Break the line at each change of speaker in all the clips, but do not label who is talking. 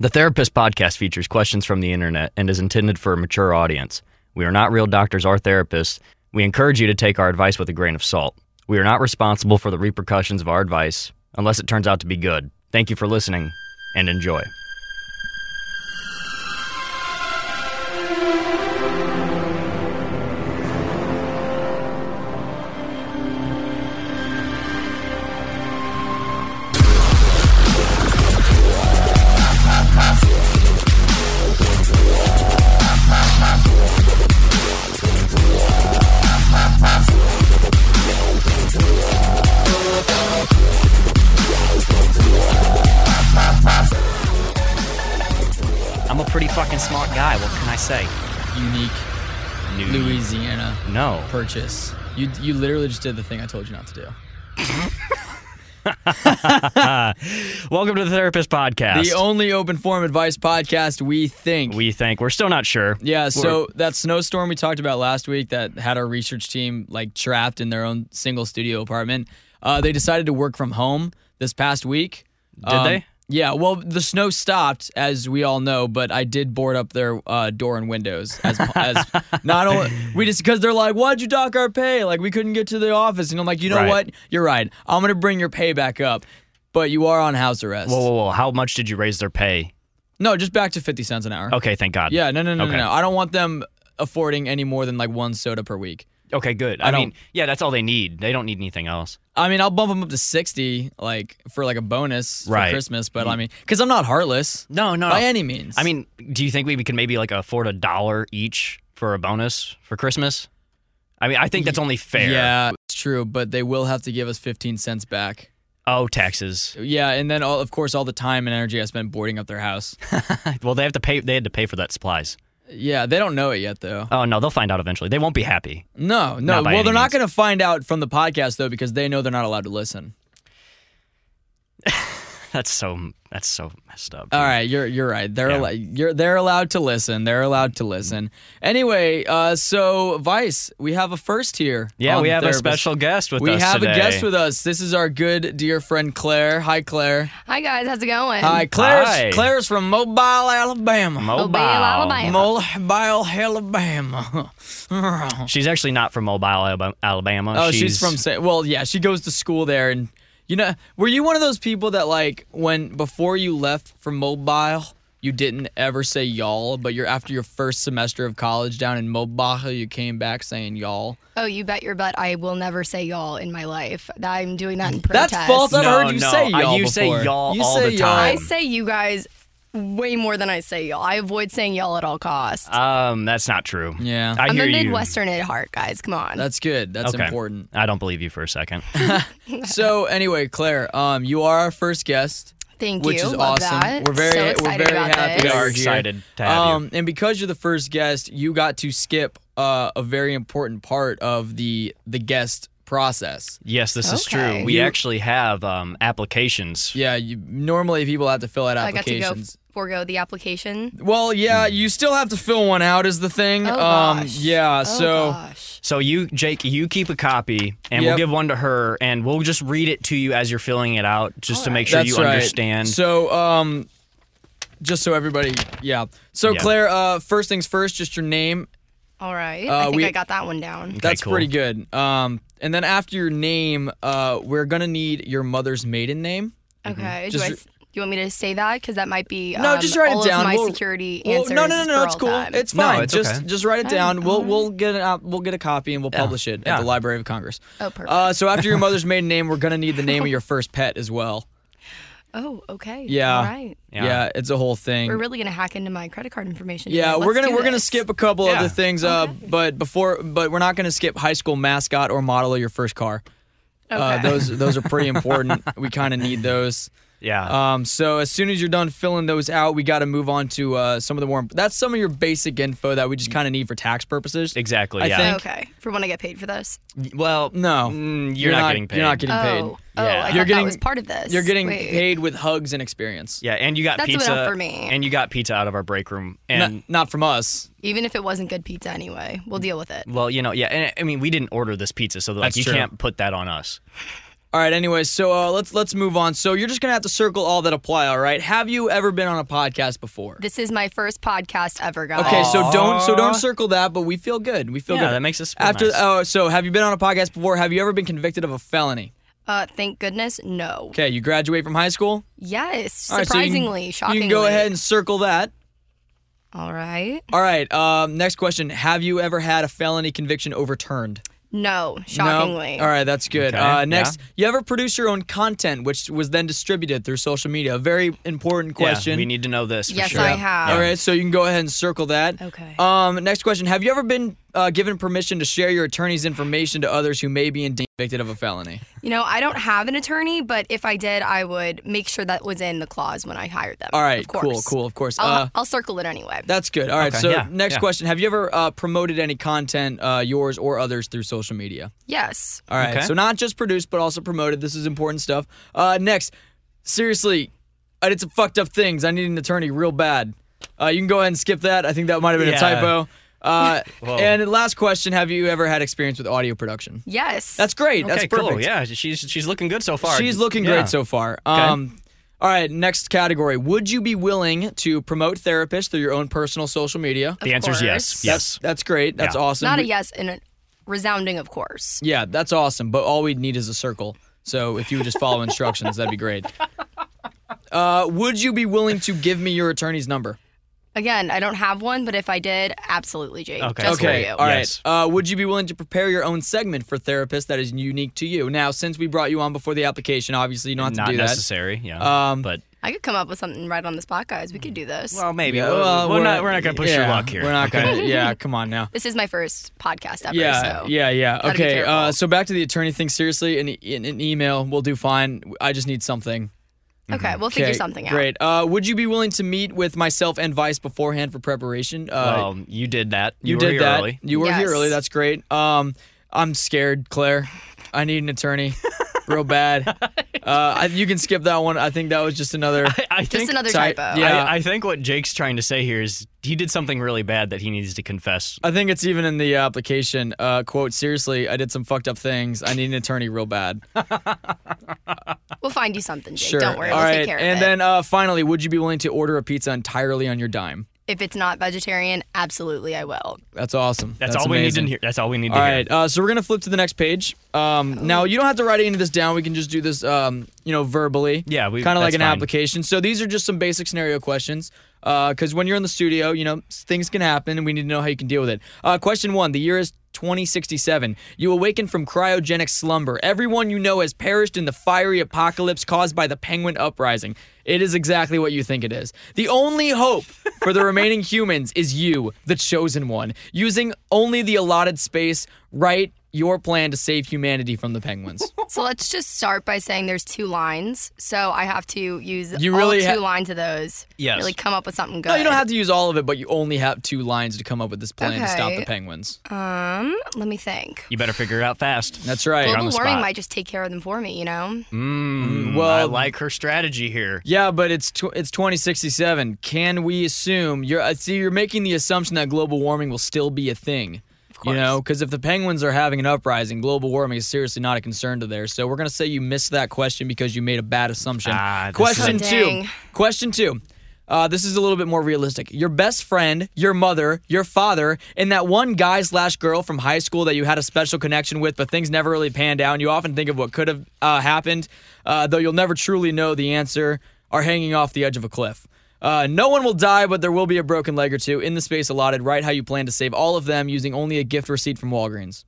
The Therapist podcast features questions from the internet and is intended for a mature audience. We are not real doctors or therapists. We encourage you to take our advice with a grain of salt. We are not responsible for the repercussions of our advice unless it turns out to be good. Thank you for listening and enjoy. I'm a pretty fucking smart guy. What can I say?
unique Louisiana
No.
purchase. You you literally just did the thing I told you not to do.
Welcome to the Therapist podcast.
The only open form advice podcast we think.
we think we're still not sure.
yeah, so that snowstorm we talked about last week that had our research team like trapped in their own single studio apartment. Uh, they decided to work from home this past week. Um,
Did they?
Yeah, well, the snow stopped, as we all know, but I did board up their uh, door and windows. As, as not only we just because they're like, "Why'd you dock our pay? Like we couldn't get to the office." And I'm like, "You know
Right.
what? You're right. I'm gonna bring your pay back up, but you are on house arrest.
Whoa, whoa, whoa! How much did you raise their pay?
No, just back to fifty cents an hour.
Okay, thank God.
Yeah, no, no, no,
Okay.
no, no. I don't want them affording any more than like one soda per week.
Okay, good. I,
don't-
mean, yeah, that's all they need. They don't need anything else.
I mean, I'll bump them up to sixty, like for like a bonus
Right.
for Christmas. But I mean, because I'm not heartless
No, no.
by any means.
I mean, do you think we can maybe like afford a dollar each for a bonus for Christmas? I mean, I think that's only fair.
Yeah, it's true, but they will have to give us 15 cents back.
Oh, taxes.
Yeah, and then all, of course all the time and energy I spent boarding up their house.
well, they have to pay. They had to pay for that supplies.
yeah, they don't know it yet though.
Oh no, they'll find out eventually. They won't be happy.
No, no.
Not by
well,
any
they're not
means.
going to find out from the podcast though because they know they're not allowed to listen.
That's so. That's so messed up.
All right, you're you're right. They're
Yeah.
al- you're they're allowed to listen. They're allowed to listen. Anyway, uh, so Vice, we have a first here.
Yeah,
on
we
The
have a
Therapist.
special guest with
We
us
have
today.
a guest with us. This is our good dear friend Claire. Hi, Claire.
Hi guys, how's it going?
Hi, Claire's
Hi.
Claire's from Mobile, Alabama.
Mobile.
Mobile, Alabama.
Mobile, Alabama.
She's actually not from Mobile, Alab- Alabama.
oh, she's, from Sa- well, yeah, she goes to school there, and you know, were you one of those people that like when before you left for Mobile, you didn't ever say y'all, but you're after your first semester of college down in Mobile, you came back saying y'all.
Oh, you bet your butt I will never say y'all in my life. I'm doing that in protest.
That's false. I've
No,
heard you
no,
say
I-
y'all.
you say
before.
y'all
You
all
say
the
y'all.
time.
I say you guys way more than I say y'all. I avoid saying y'all at all costs.
Um, that's not true.
Yeah.
I
I'm
hear
a
you.
Midwestern at heart, guys. Come on.
That's good. That's
Okay.
important.
I don't believe you for a second.
So anyway, Claire, um, you are our first guest.
Thank
which
you.
is
Love
awesome.
that.
We're very-
so
we're
excited
very
about
happy
we
to
this.
are
Yes.
excited to have you.
And because you're the first guest, you got to skip uh, a very important part of the the guest process.
Yes, this is
Okay.
true. We
You-
actually have um, applications.
Yeah, you, normally people have to fill out
I got to go
applications.
forego the application.
Well, yeah, you still have to fill one out is the thing.
Oh
um
gosh.
yeah,
Oh,
so
gosh.
So you, Jake, you keep a copy, and
Yep.
we'll give one to her, and we'll just read it to you as you're filling it out, just to make sure
that's
you
right.
understand.
So um just so everybody, yeah. So
Yeah.
Claire, uh first things first, just your name.
All right.
Uh,
I think
we-
I got that one down.
Okay,
That's
cool.
pretty good. Um and then after your name, uh we're going to need your mother's maiden name.
Okay.
Mm-hmm.
Do
Just
I
re-
s- do you want me to say that? Because that might be
No,
um,
just write
all
it down.
Of my
We'll-
security
Well,
answers.
no, no, no, no.
for
It's
all
cool.
time.
It's
No,
fine.
it's
just
okay.
just write it down. We'll we'll get it out. We'll get a copy and we'll publish it at
Yeah.
the Library of Congress.
Oh, perfect.
Uh, so after your mother's maiden name, we're gonna need the name of your first pet as well.
oh, okay.
Yeah.
All right.
Yeah.
Yeah, it's a whole thing.
We're really gonna hack into my credit card information.
yeah,
today.
we're
Let's
gonna
do
we're gonna
this.
skip a couple
Yeah.
other things. Uh, but before but we're not gonna skip high school mascot or model of your first car. Uh,
Okay.
those those are pretty important. we kind of need those.
yeah.
Um, so as soon as you're done filling those out, we got to move on to uh, some of the more. That's some of your basic info that we just kind of need for tax purposes.
exactly.
I
yeah.
think-
Okay, for when I get paid for this.
well,
No,
mm, you're, not, getting paid.
You're not getting
oh,
paid.
oh,
Yeah.
I
You're
thought
getting-
that was part of this.
You're getting
Wait.
paid with hugs and experience.
yeah, and you got
That's
pizza
enough for me.
and you got pizza out of our break room,
Not,
and
not from us.
even if it wasn't good pizza anyway. We'll deal with it.
well, you know, yeah, and I mean, we didn't order this pizza, so like
That's
you
true.
can't put that on us.
All right. Anyway, so uh, let's let's move on. So you're just gonna have to circle all that apply. All right. Have you ever been on a podcast before?
This is my first podcast ever, guys.
Okay. So don't so
Aw.
don't circle that. But we feel good. We feel
Yeah,
good.
that makes us feel
after.
nice.
Oh, so have you been on a podcast before? Have you ever been convicted of a felony?
Uh, thank goodness, no.
Okay. You graduate from high school.
Yes,
All right, so you can-
surprisingly, shockingly.
You can go ahead and circle that.
All right.
All right. Um, next question. Have you ever had a felony conviction overturned?
No,
No?
shockingly.
All right, that's good.
Okay,
Uh,
yeah.
next, you ever produce your own content, which was then distributed through social media? A very important question.
Yeah, we need to know this. for
Yes,
sure.
I have.
All right, so you can go ahead and circle that.
Okay.
Um, next question: Have you ever been uh, given permission to share your attorney's information to others who may be indeed convicted of a felony?
You know, I don't have an attorney, but if I did, I would make sure that was in the clause when I hired them.
All right,
of course.
cool, cool. Of course.
I'll,
uh,
I'll circle it anyway.
that's good. All right.
Okay,
so
yeah,
next
yeah.
question: Have you ever uh, promoted any content, uh, yours or others, through social media?
yes.
All right.
Okay.
So not just produced, but also promoted. This is important stuff. Uh, next, seriously, I did some fucked up things. I need an attorney real bad. Uh, you can go ahead and skip that. I think that might have been a
Yeah.
typo. Uh,
Whoa.
and last question: Have you ever had experience with audio production?
Yes.
That's great.
Okay,
That's perfect.
cool. Yeah, she's she's looking good so far.
She's looking
Yeah.
great so far. Um, All right, next category. Would you be willing to promote therapists through your own personal social media?
The
Of
answer is yes.
course.
Yes.
That's great. That's
Yeah.
awesome.
not a
We-
yes and a resounding, of course.
Yeah, that's awesome. But all we need is a circle. So if you would just follow instructions, that'd be great. Uh, would you be willing to give me your attorney's number?
Again, I don't have one, but if I did, absolutely, Jake.
Okay.
Just
Okay.
For you.
all right.
Yes.
Uh, would you be willing to prepare your own segment for therapists that is unique to you? Now, since we brought you on before the application, obviously you don't have to
Not
do that.
necessary. Yeah.
Um,
but
I could come up with something right on the spot, guys. We could do this.
well, maybe.
Yeah,
we're,
well,
we're not we're not gonna push your
yeah,
luck here.
We're not
okay?
gonna. Yeah, come on now.
this is my first podcast ever.
Yeah,
so.
yeah, yeah.
Gotta be
Okay, uh,
careful.
so back to the attorney thing. Seriously, an, e- an an email will do fine. I just need something.
Okay, we'll figure
Okay,
something out.
Great. Uh, would you be willing to meet with myself and Vice beforehand for preparation? Uh,
Um, you did that.
you,
You, were
did
here
that.
early.
You were here
Yes.
early. That's great. Um, I'm scared, Claire. I need an attorney, real bad. Uh, I, you can skip that one. I think that was just another.
I
Just
think
another
sorry,
typo.
yeah.
I, I think what Jake's trying to say here is he did something really bad that he needs to confess.
I think it's even in the application. Uh, quote: Seriously, I did some fucked up things. I need an attorney, real bad.
We'll find you something, Jake.
Sure.
Don't worry.
All
we'll
right.
take care of
and
it.
then uh, finally, would you be willing to order a pizza entirely on your dime?
if it's not vegetarian, absolutely, I will.
That's awesome.
That's, all we
amazing.
need to hear. That's all we need
All
to hear.
right, uh, so we're gonna flip to the next page. Um, now you don't have to write any of this down. We can just do this, um, you know, verbally.
Yeah, we-
kind of like
that's
an
fine.
application. So these are just some basic scenario questions. Because when you're in the studio, you know s- things can happen, and we need to know how you can deal with it. Uh, question one: The year is 2067. You awaken from cryogenic slumber. Everyone you know has perished in the fiery apocalypse caused by the penguin uprising. It is exactly what you think it is. The only hope for the remaining humans is you, the chosen one, using only the allotted space. Write your plan to save humanity from the penguins.
So let's just start by saying there's two lines. So I have to use
You really
all
ha-
two lines of those.
Yes.
Really come up with something good.
no, you don't have to use all of it, but you only have two lines to come up with this plan to stop
Okay.
the penguins.
Um, let me think.
You better figure it out fast.
That's right.
on
Global
the
warming
spot.
might just take care of them for me, you know?
Mm,
Well-
well, I like her strategy here.
Yeah, but it's tw- it's 2067. Can we assume you're uh, see you're making the assumption that global warming will still be a thing? You know, because if the penguins are having an uprising, global warming is seriously not a concern to theirs. So we're gonna say you missed that question because you made a bad assumption.
Ah, this
question
is-
two.
Dang.
Question two. Uh, this is a little bit more realistic. Your best friend, your mother, your father, and that one guy slash girl from high school that you had a special connection with, but things never really panned out. and You often think of what could have uh, happened, uh, though you'll never truly know the answer. Are hanging off the edge of a cliff. Uh, no one will die, but there will be a broken leg or two in the space allotted. Write how you plan to save all of them using only a gift receipt from Walgreens.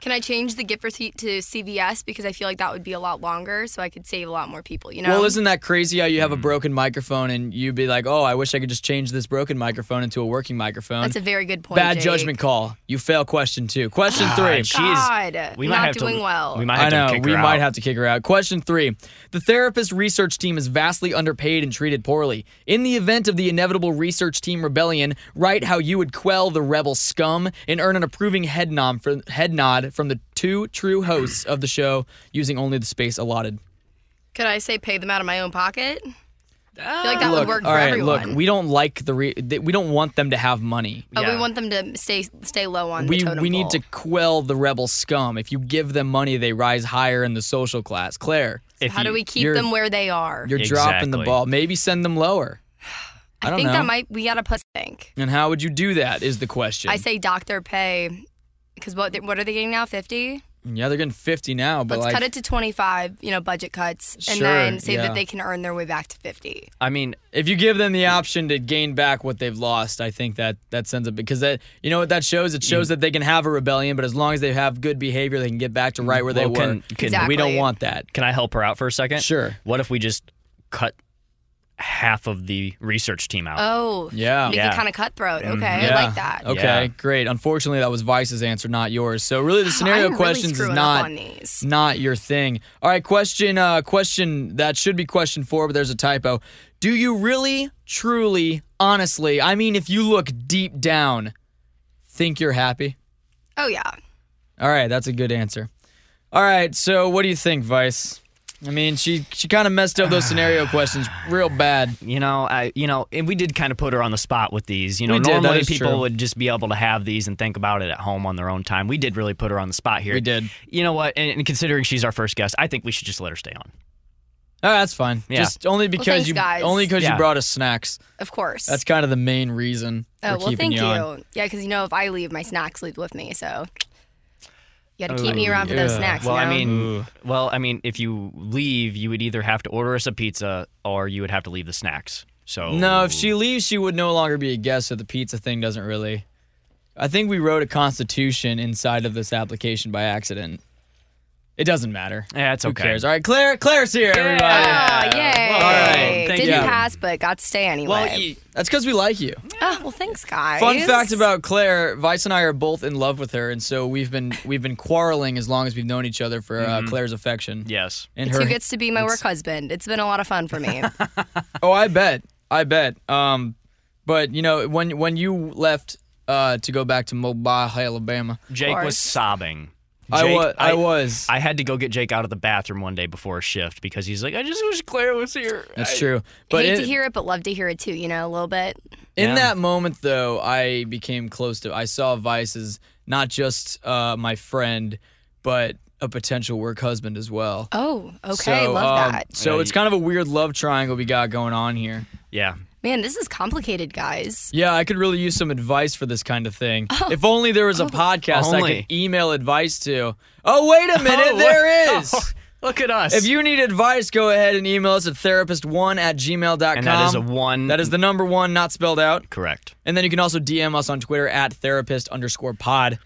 Can I change the gift receipt to CVS because I feel like that would be a lot longer so I could save a lot more people, you know?
Well, isn't that crazy how you
Mm.
have a broken microphone and you'd be like, oh, I wish I could just change this broken microphone into a working microphone?
That's a very good point.
Bad
Jake.
judgment call. You fail question two. Question three.
God, Ah, she is.
God,
We might
not
have
doing
to,
well.
We might have
I know.
to kick
We
her
might
out.
have to kick her out. Question three. The therapist research team is vastly underpaid and treated poorly. In the event of the inevitable research team rebellion, write how you would quell the rebel scum and earn an approving head nod, for, head nod from the two true hosts of the show using only the space allotted.
Could I say pay them out of my own pocket? I feel like that
Ah, look,
would work
all
for
right,
everyone.
look, we don't like the re- th- we don't want them to have money.
but we
Yeah.
want them to stay stay low on
We
the totem
we need to
pole.
quell the rebel scum. If you give them money, they rise higher in the social class. Claire,
If
How
you-
do we keep
you're-
them where they are?
you're dropping the
Exactly.
ball. Maybe send them lower. I,
I,
don't
think
know.
that might we gotta put think.
and how would you do that? Is the question.
I say doctor pay because what they- what are they getting now? Fifty.
Yeah, they're getting fifty now, but
Let's
like
cut it to twenty five. You know, budget cuts,
Sure,
and then say
yeah.
that they can earn their way back to fifty.
I mean,
if you give them the option to gain back what they've lost, I think that that sends it because that you know what that shows. It
Mm.
shows that they can have a rebellion, but as long as they have good behavior, they can get back to right where they
Mm. well,
were.
can, can,
Exactly.
We don't want that.
can I help her out for a second?
Sure.
What if we just cut half of the research team out?
Oh,
Yeah. Mm-hmm.
Make
Yeah.
it kind of cutthroat. Okay,
Yeah. Oh,
I like that.
Okay,
Yeah.
great. Unfortunately, that was Vice's answer, not yours. So really, the scenario
I'm really
questions
screwing
is
up
not
on these.
not your thing. All right, question uh question that should be question 4, but there's a typo. Do you really truly honestly, I mean if you look deep down, think you're happy?
Oh yeah.
All right, that's a good answer. All right, so what do you think, Vice? I mean, she she kind of messed up those scenario questions real bad.
You know, I you know, and we did kind of put her on the spot with these. You know,
We did, that
normally
is
people
true.
would just be able to have these and think about it at home on their own time. We did really put her on the spot here.
We did.
You know what? And, and considering she's our first guest, I think we should just let her stay on.
Oh, that's fine.
Yeah.
Just only because
thanks,
you
guys.
only because you
Yeah.
brought us snacks.
Of course.
That's kind of the main reason
oh
we're
well,
keeping
thank you.
you on.
Yeah, because you know if I leave, my snacks leave with me. So you got to keep
Oh,
me around for those
yeah.
snacks.
Well,
you know?
I mean,
Ooh.
well, I mean, if you leave, you would either have to order us a pizza or you would have to leave the snacks. So
No, if she leaves, she would no longer be a guest, so the pizza thing doesn't really. I think we wrote a constitution inside of this application by accident. It doesn't matter.
Yeah, it's
Who
okay.
cares? All right, Claire. Claire's here, everybody.
oh yay!
All
right, thank
Didn't
you.
pass, but got to stay anyway.
Well, you,
That's because we like you.
oh, well, thanks, guys.
Fun fact about Claire: Vice and I are both in love with her, and so we've been we've been quarreling as long as we've known each other for uh, Claire's affection.
yes.
And
It's
her.
who gets to be my work husband. It's been a lot of fun for me.
oh, I bet. I bet. Um, but you know when when you left uh to go back to Mobile, Alabama,
Jake was
course.
sobbing.
I
Jake-
was I, was.
I had to go get Jake out of the bathroom one day before a shift because he's like, I just wish Claire was here.
That's
I-
true.
But
But
Hate
in,
to hear it, but love to hear it too. You know, a little bit.
in
Yeah.
that moment, though, I became close to. I saw Vice as not just uh, my friend, but a potential work husband as well.
Oh, okay,
So,
love
um,
that.
So
Yeah,
it's
you-
kind of a weird love triangle we got going on here.
Yeah.
Man, this is complicated, guys.
Yeah, I could really use some advice for this kind of thing. if only there was a podcast I
Only.
could email advice to. Oh, wait a minute,
Oh,
there
what-
is.
Oh, look at us.
If you need advice, go ahead and email us at therapist1 at gmail.com.
and that is a one.
That is the number one, not spelled out.
correct.
And then you can also DM us on Twitter at therapist underscore pod.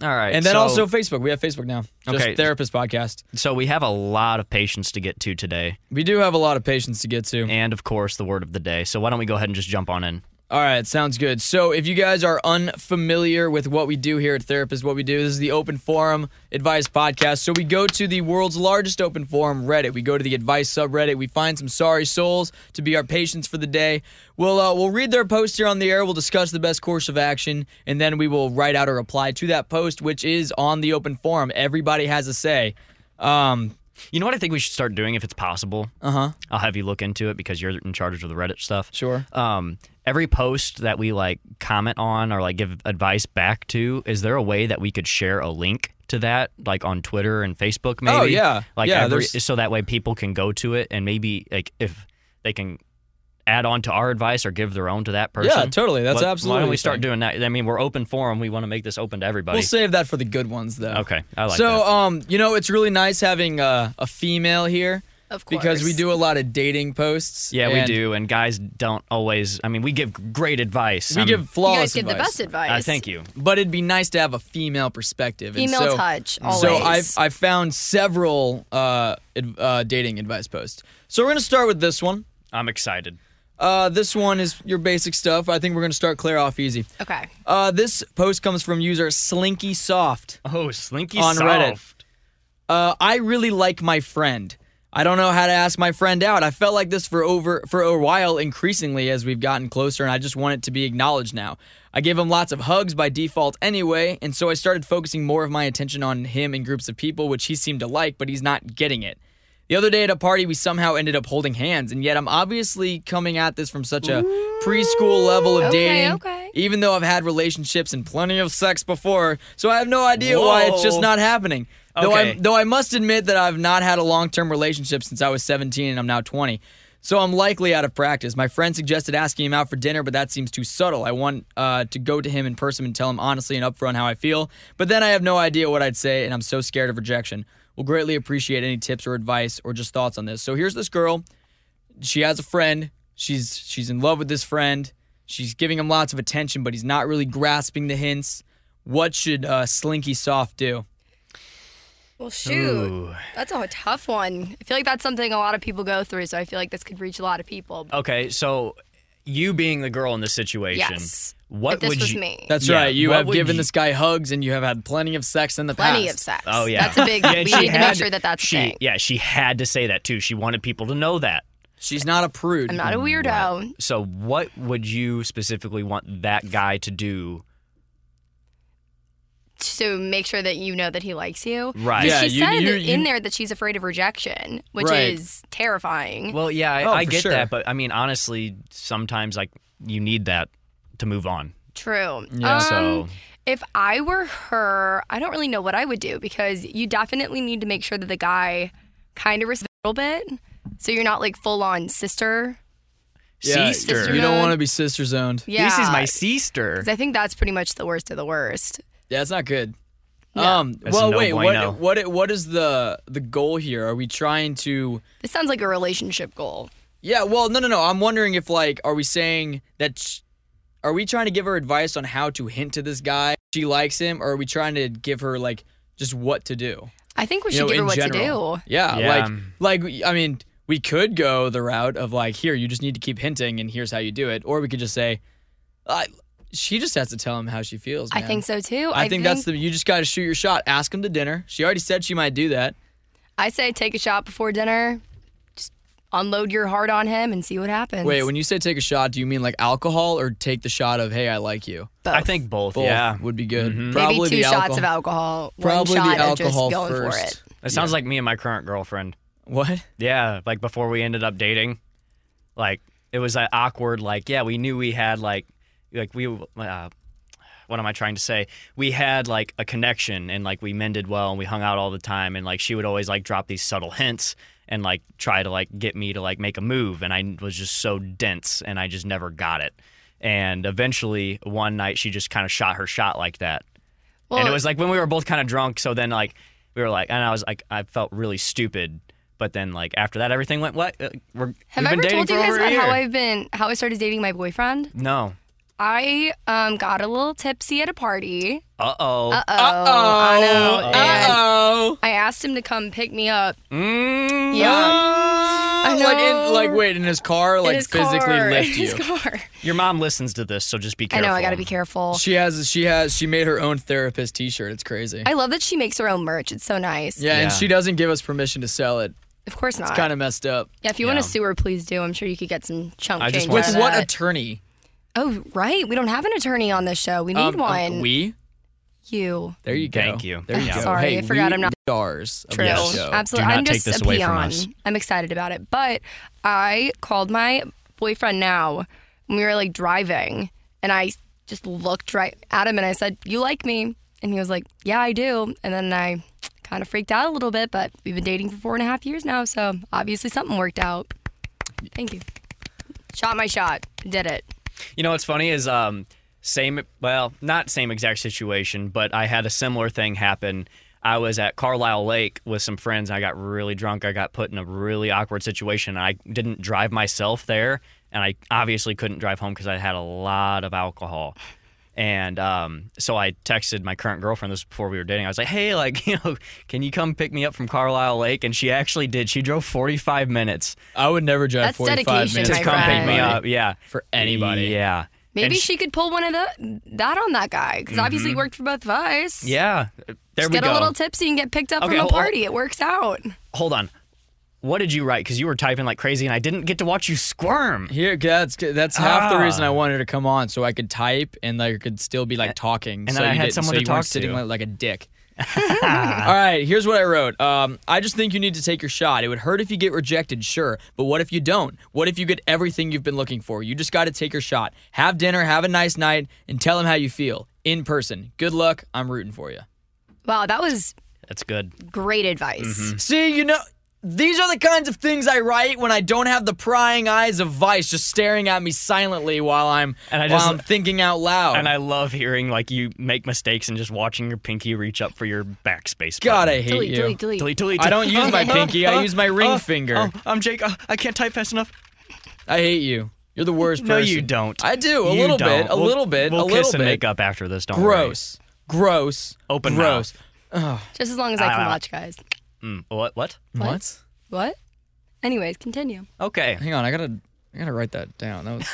All right.
And then
so-
also Facebook. We have Facebook now. Just
Okay.
therapist podcast.
so we have a lot of patients to get to today,
We do have a lot of patients to get to.
and of course the word of the day. So why don't we go ahead and just jump on in?
All right, sounds good. So, if you guys are unfamiliar with what we do here at Therapist, what we do, this is the Open Forum Advice Podcast. So, we go to the world's largest open forum, Reddit. We go to the advice subreddit. We find some sorry souls to be our patients for the day. We'll uh, we'll read their post here on the air. We'll discuss the best course of action, and then we will write out a reply to that post, which is on the open forum. Everybody has a say. Um,
You know what I think we should start doing if it's possible.
uh huh.
I'll have you look into it because you're in charge of the Reddit stuff.
Sure.
Um, every post that we like comment on or like give advice back to, is there a way that we could share a link to that, like on Twitter and Facebook? Maybe.
Oh, yeah.
Like
Yeah,
every,
there's-
so that way people can go to it and maybe like if they can add on to our advice or give their own to that person.
Yeah, totally. That's
Why-
absolutely.
Why don't we
a
start
thing.
doing that? I mean, we're open forum. We want to make this open to everybody.
We'll save that for the good ones, though.
okay, I like
so,
that.
um, you know, it's really nice having uh, a female here
Of course.
because we do a lot of dating posts.
Yeah, we
and
do, and guys don't always. I mean, we give great advice.
We
I'm-
give
You
flawless
guys give the
advice,
best advice.
I Uh, thank you.
but it'd be nice to have a female perspective. and
Female
so-
touch always.
So I've I've found several uh, ad- uh, dating advice posts. So we're gonna start with this one.
I'm excited.
Uh, this one is your basic stuff. I think we're gonna start Claire off easy.
okay.
Uh, this post comes from user Slinky Soft.
Oh, Slinky
On Reddit.
soft.
Uh, I really like my friend. I don't know how to ask my friend out. I felt like this for over for a while increasingly as we've gotten closer and I just want it to be acknowledged now. I gave him lots of hugs by default anyway, and so I started focusing more of my attention on him and groups of people which he seemed to like, but he's not getting it. The other day at a party, we somehow ended up holding hands, and yet I'm obviously coming at this from such a preschool level of
okay,
dating.
okay.
Even though I've had relationships and plenty of sex before, so I have no idea why it's just
Whoa.
not happening. Though, I,
Okay.
though I must admit that I've not had a long term relationship since I was 17 and I'm now 20. So I'm likely out of practice. My friend suggested asking him out for dinner, but that seems too subtle. I want uh, to go to him in person and tell him honestly and upfront how I feel, but then I have no idea what I'd say, and I'm so scared of rejection. Will greatly appreciate any tips or advice or just thoughts on this. So here's this girl. She has a friend. She's she's in love with this friend. She's giving him lots of attention, but he's not really grasping the hints. What should uh, Slinky Soft do?
Well, shoot. That's a tough one. I feel like that's something a lot of people go through, so I feel like this could reach a lot of people.
Okay, so you being the girl in this situation,
Yes.
what
but this
would
was
you?
me.
That's
Yeah,
right. You
what
have
would
given
you-
this guy hugs, and you have had plenty of sex in the past.
Plenty of sex.
Oh yeah,
That's a big.
Yeah,
we
and
need
she
to make
had-
sure that that's
she.
a thing.
Yeah, she had to say that too. She wanted people to know that.
She's not a prude.
I'm not
Mm,
a weirdo.
So, what would you specifically want that guy to do?
So make sure that you know that he likes you.
Right.
Yeah,
she
you-
said
you-
in
you-
there that she's afraid of rejection, which
Right.
is terrifying.
Well, yeah, I,
Oh,
I
for
get
sure.
that, but I mean, honestly, sometimes like you need that to move on.
True.
Yeah.
Um,
So-
if I were her, I don't really know what I would do because you definitely need to make sure that the guy kind of respects a little bit, so you're not like full on sister.
Yeah,
sister.
You don't
Sister-zoned.
want to be sister zoned. Yeah.
Yeah.
This is my sister.
'Cause I think that's pretty much the worst of the worst.
it's not good.
No.
Um. well,
no
wait.
bueno.
What? What? What is the the goal here? Are we trying to?
This sounds like a relationship goal.
Yeah. Well, no, no, no. I'm wondering if like, are we saying that? Sh- are we trying to give her advice on how to hint to this guy she likes him, or are we trying to give her like just what to do?
I think we
you
should
know,
give her
in
what
general.
to do.
Yeah,
Yeah.
like like I mean, we could go the route of like, here, you just need to keep hinting, and here's how you do it, or we could just say, I, she just has to tell him how she feels.
I
man.
think so too.
I, think, that's the you just got to shoot your shot. Ask him to dinner. She already said she might do that.
I say take a shot before dinner. Just unload your heart on him and see what happens.
Wait, when you say take a shot, do you mean like alcohol or take the shot of hey, I like you?
Both.
I think both.
Both
Yeah,
would be good.
maybe
Probably
two
the
shots
alcohol.
of alcohol,
Probably
one shot
the alcohol
of just going
first.
for it.
that sounds like me and my current girlfriend.
What?
Yeah, like before we ended up dating, like it was that awkward. Like, yeah, we knew we had like, like we, uh, what am I trying to say? We had like a connection, and like we mended well, and we hung out all the time, and like she would always like drop these subtle hints and like try to like get me to like make a move, and I was just so dense, and I just never got it. And eventually, one night, she just kind of shot her shot like that,
Well,
and it was like when we were both kind of drunk. So then like we were like, and I was like, I felt really stupid. But then like after that, everything went. What? Uh, We're,
have
we've
I
been
ever
dating
told you
for over a
guys about how
year.
I've been, how I started dating my boyfriend?
No.
I um, got a little tipsy at a party.
Uh oh.
Oh, I know. And
oh.
I asked him to come pick me up.
Mm,
Yeah.
I
Like in, like wait in his car, like
in his
physically
car.
lift
in
you.
his car.
Your mom listens to this, so just be
I
careful.
know. I gotta be careful.
She has she has she made her own therapist T-shirt. It's crazy.
I love that she makes her own merch. It's so nice.
yeah, and
Yeah.
she doesn't give us permission to sell it.
Of course not.
Kind of messed up.
yeah, if you want
Yeah.
to sue her, please do. I'm sure you could get some chunk
I just
change.
want-
With
out of
what
that.
attorned
Oh, right. We don't have an attorney on this show. We need
Um,
uh,
um,
one.
we.
You.
There you go.
Thank you.
There you go.
Sorry,
hey,
I forgot
we
I'm not-
the stars of
True.
this show.
Absolutely.
Do not
I'm
take
just
this
a
away
peon.
from us.
I'm excited about it. But I called my boyfriend now when we were like driving and I just looked right at him and I said, You like me? And he was like, Yeah, I do. And then I kind of freaked out a little bit, but we've been dating for four and a half years now. So obviously something worked out. Thank you. Shot my shot. Did it.
You know what's funny is um same well not same exact situation, but I had a similar thing happen. I was at Carlisle Lake with some friends. And I got really drunk. I got put in a really awkward situation. I didn't drive myself there, and I obviously couldn't drive home because I had a lot of alcohol. And um, so I texted my current girlfriend this was before we were dating. I was like, "Hey, like, you know, can you come pick me up from Carlisle Lake?" And she actually did. She drove 45 minutes
I would never drive
That's
45
dedication,
minutes.
my
to come pick me
friend.
up. Yeah,
For anybody.
Yeah.
Maybe
And Mm-hmm.
she could pull one of the that on that guy because obviously it worked for both of us.
Yeah. There
Just
we
get
go.
a little tipsy and get picked up
Okay,
from a
hold on.
party. It works out.
Hold on. What did you write? Because you were typing like crazy, and I didn't get to watch you squirm.
Here, that's that's half the
Ah.
reason I wanted to come on, so I could type and like could still be like talking.
and
so
then I
you
had
didn't-
someone
so
to
you
talk
weren't sitting
to.
Like, like a dick. All right, here's what I wrote. Um, I just think you need to take your shot. It would hurt if you get rejected, sure, but what if you don't? What if you get everything you've been looking for? You just got to take your shot. Have dinner, have a nice night, and tell him how you feel in person. Good luck. I'm rooting for you.
Wow, that was
That's good.
great advice.
Mm-hmm. See, you know, these are the kinds of things I write when I don't have the prying eyes of Vice just staring at me silently while I'm
And I
while
just-
I'm thinking out loud.
And I love hearing like you make mistakes and just watching your pinky reach up for your backspace.
God,
button.
I hate
Delete,
you.
delete, delete.
Delete, delete.
I don't use my
Uh,
pinky. I
uh,
use my ring
uh,
finger.
Oh, I'm Jake. Uh, I can't type fast enough.
I hate you. You're the worst
No,
person.
you don't.
I do a
You
little bit,
don't.
a
We'll-
little bit,
We'll
a
kiss
little
and
bit.
make up after this. Don't
Gross. Gross.
Open
Gross.
Just as long as I can
Ah.
watch, guys.
worry. Mm, what? What?
What?
What? Anyways, continue.
Okay.
Hang on, I gotta, I gotta write that down. That was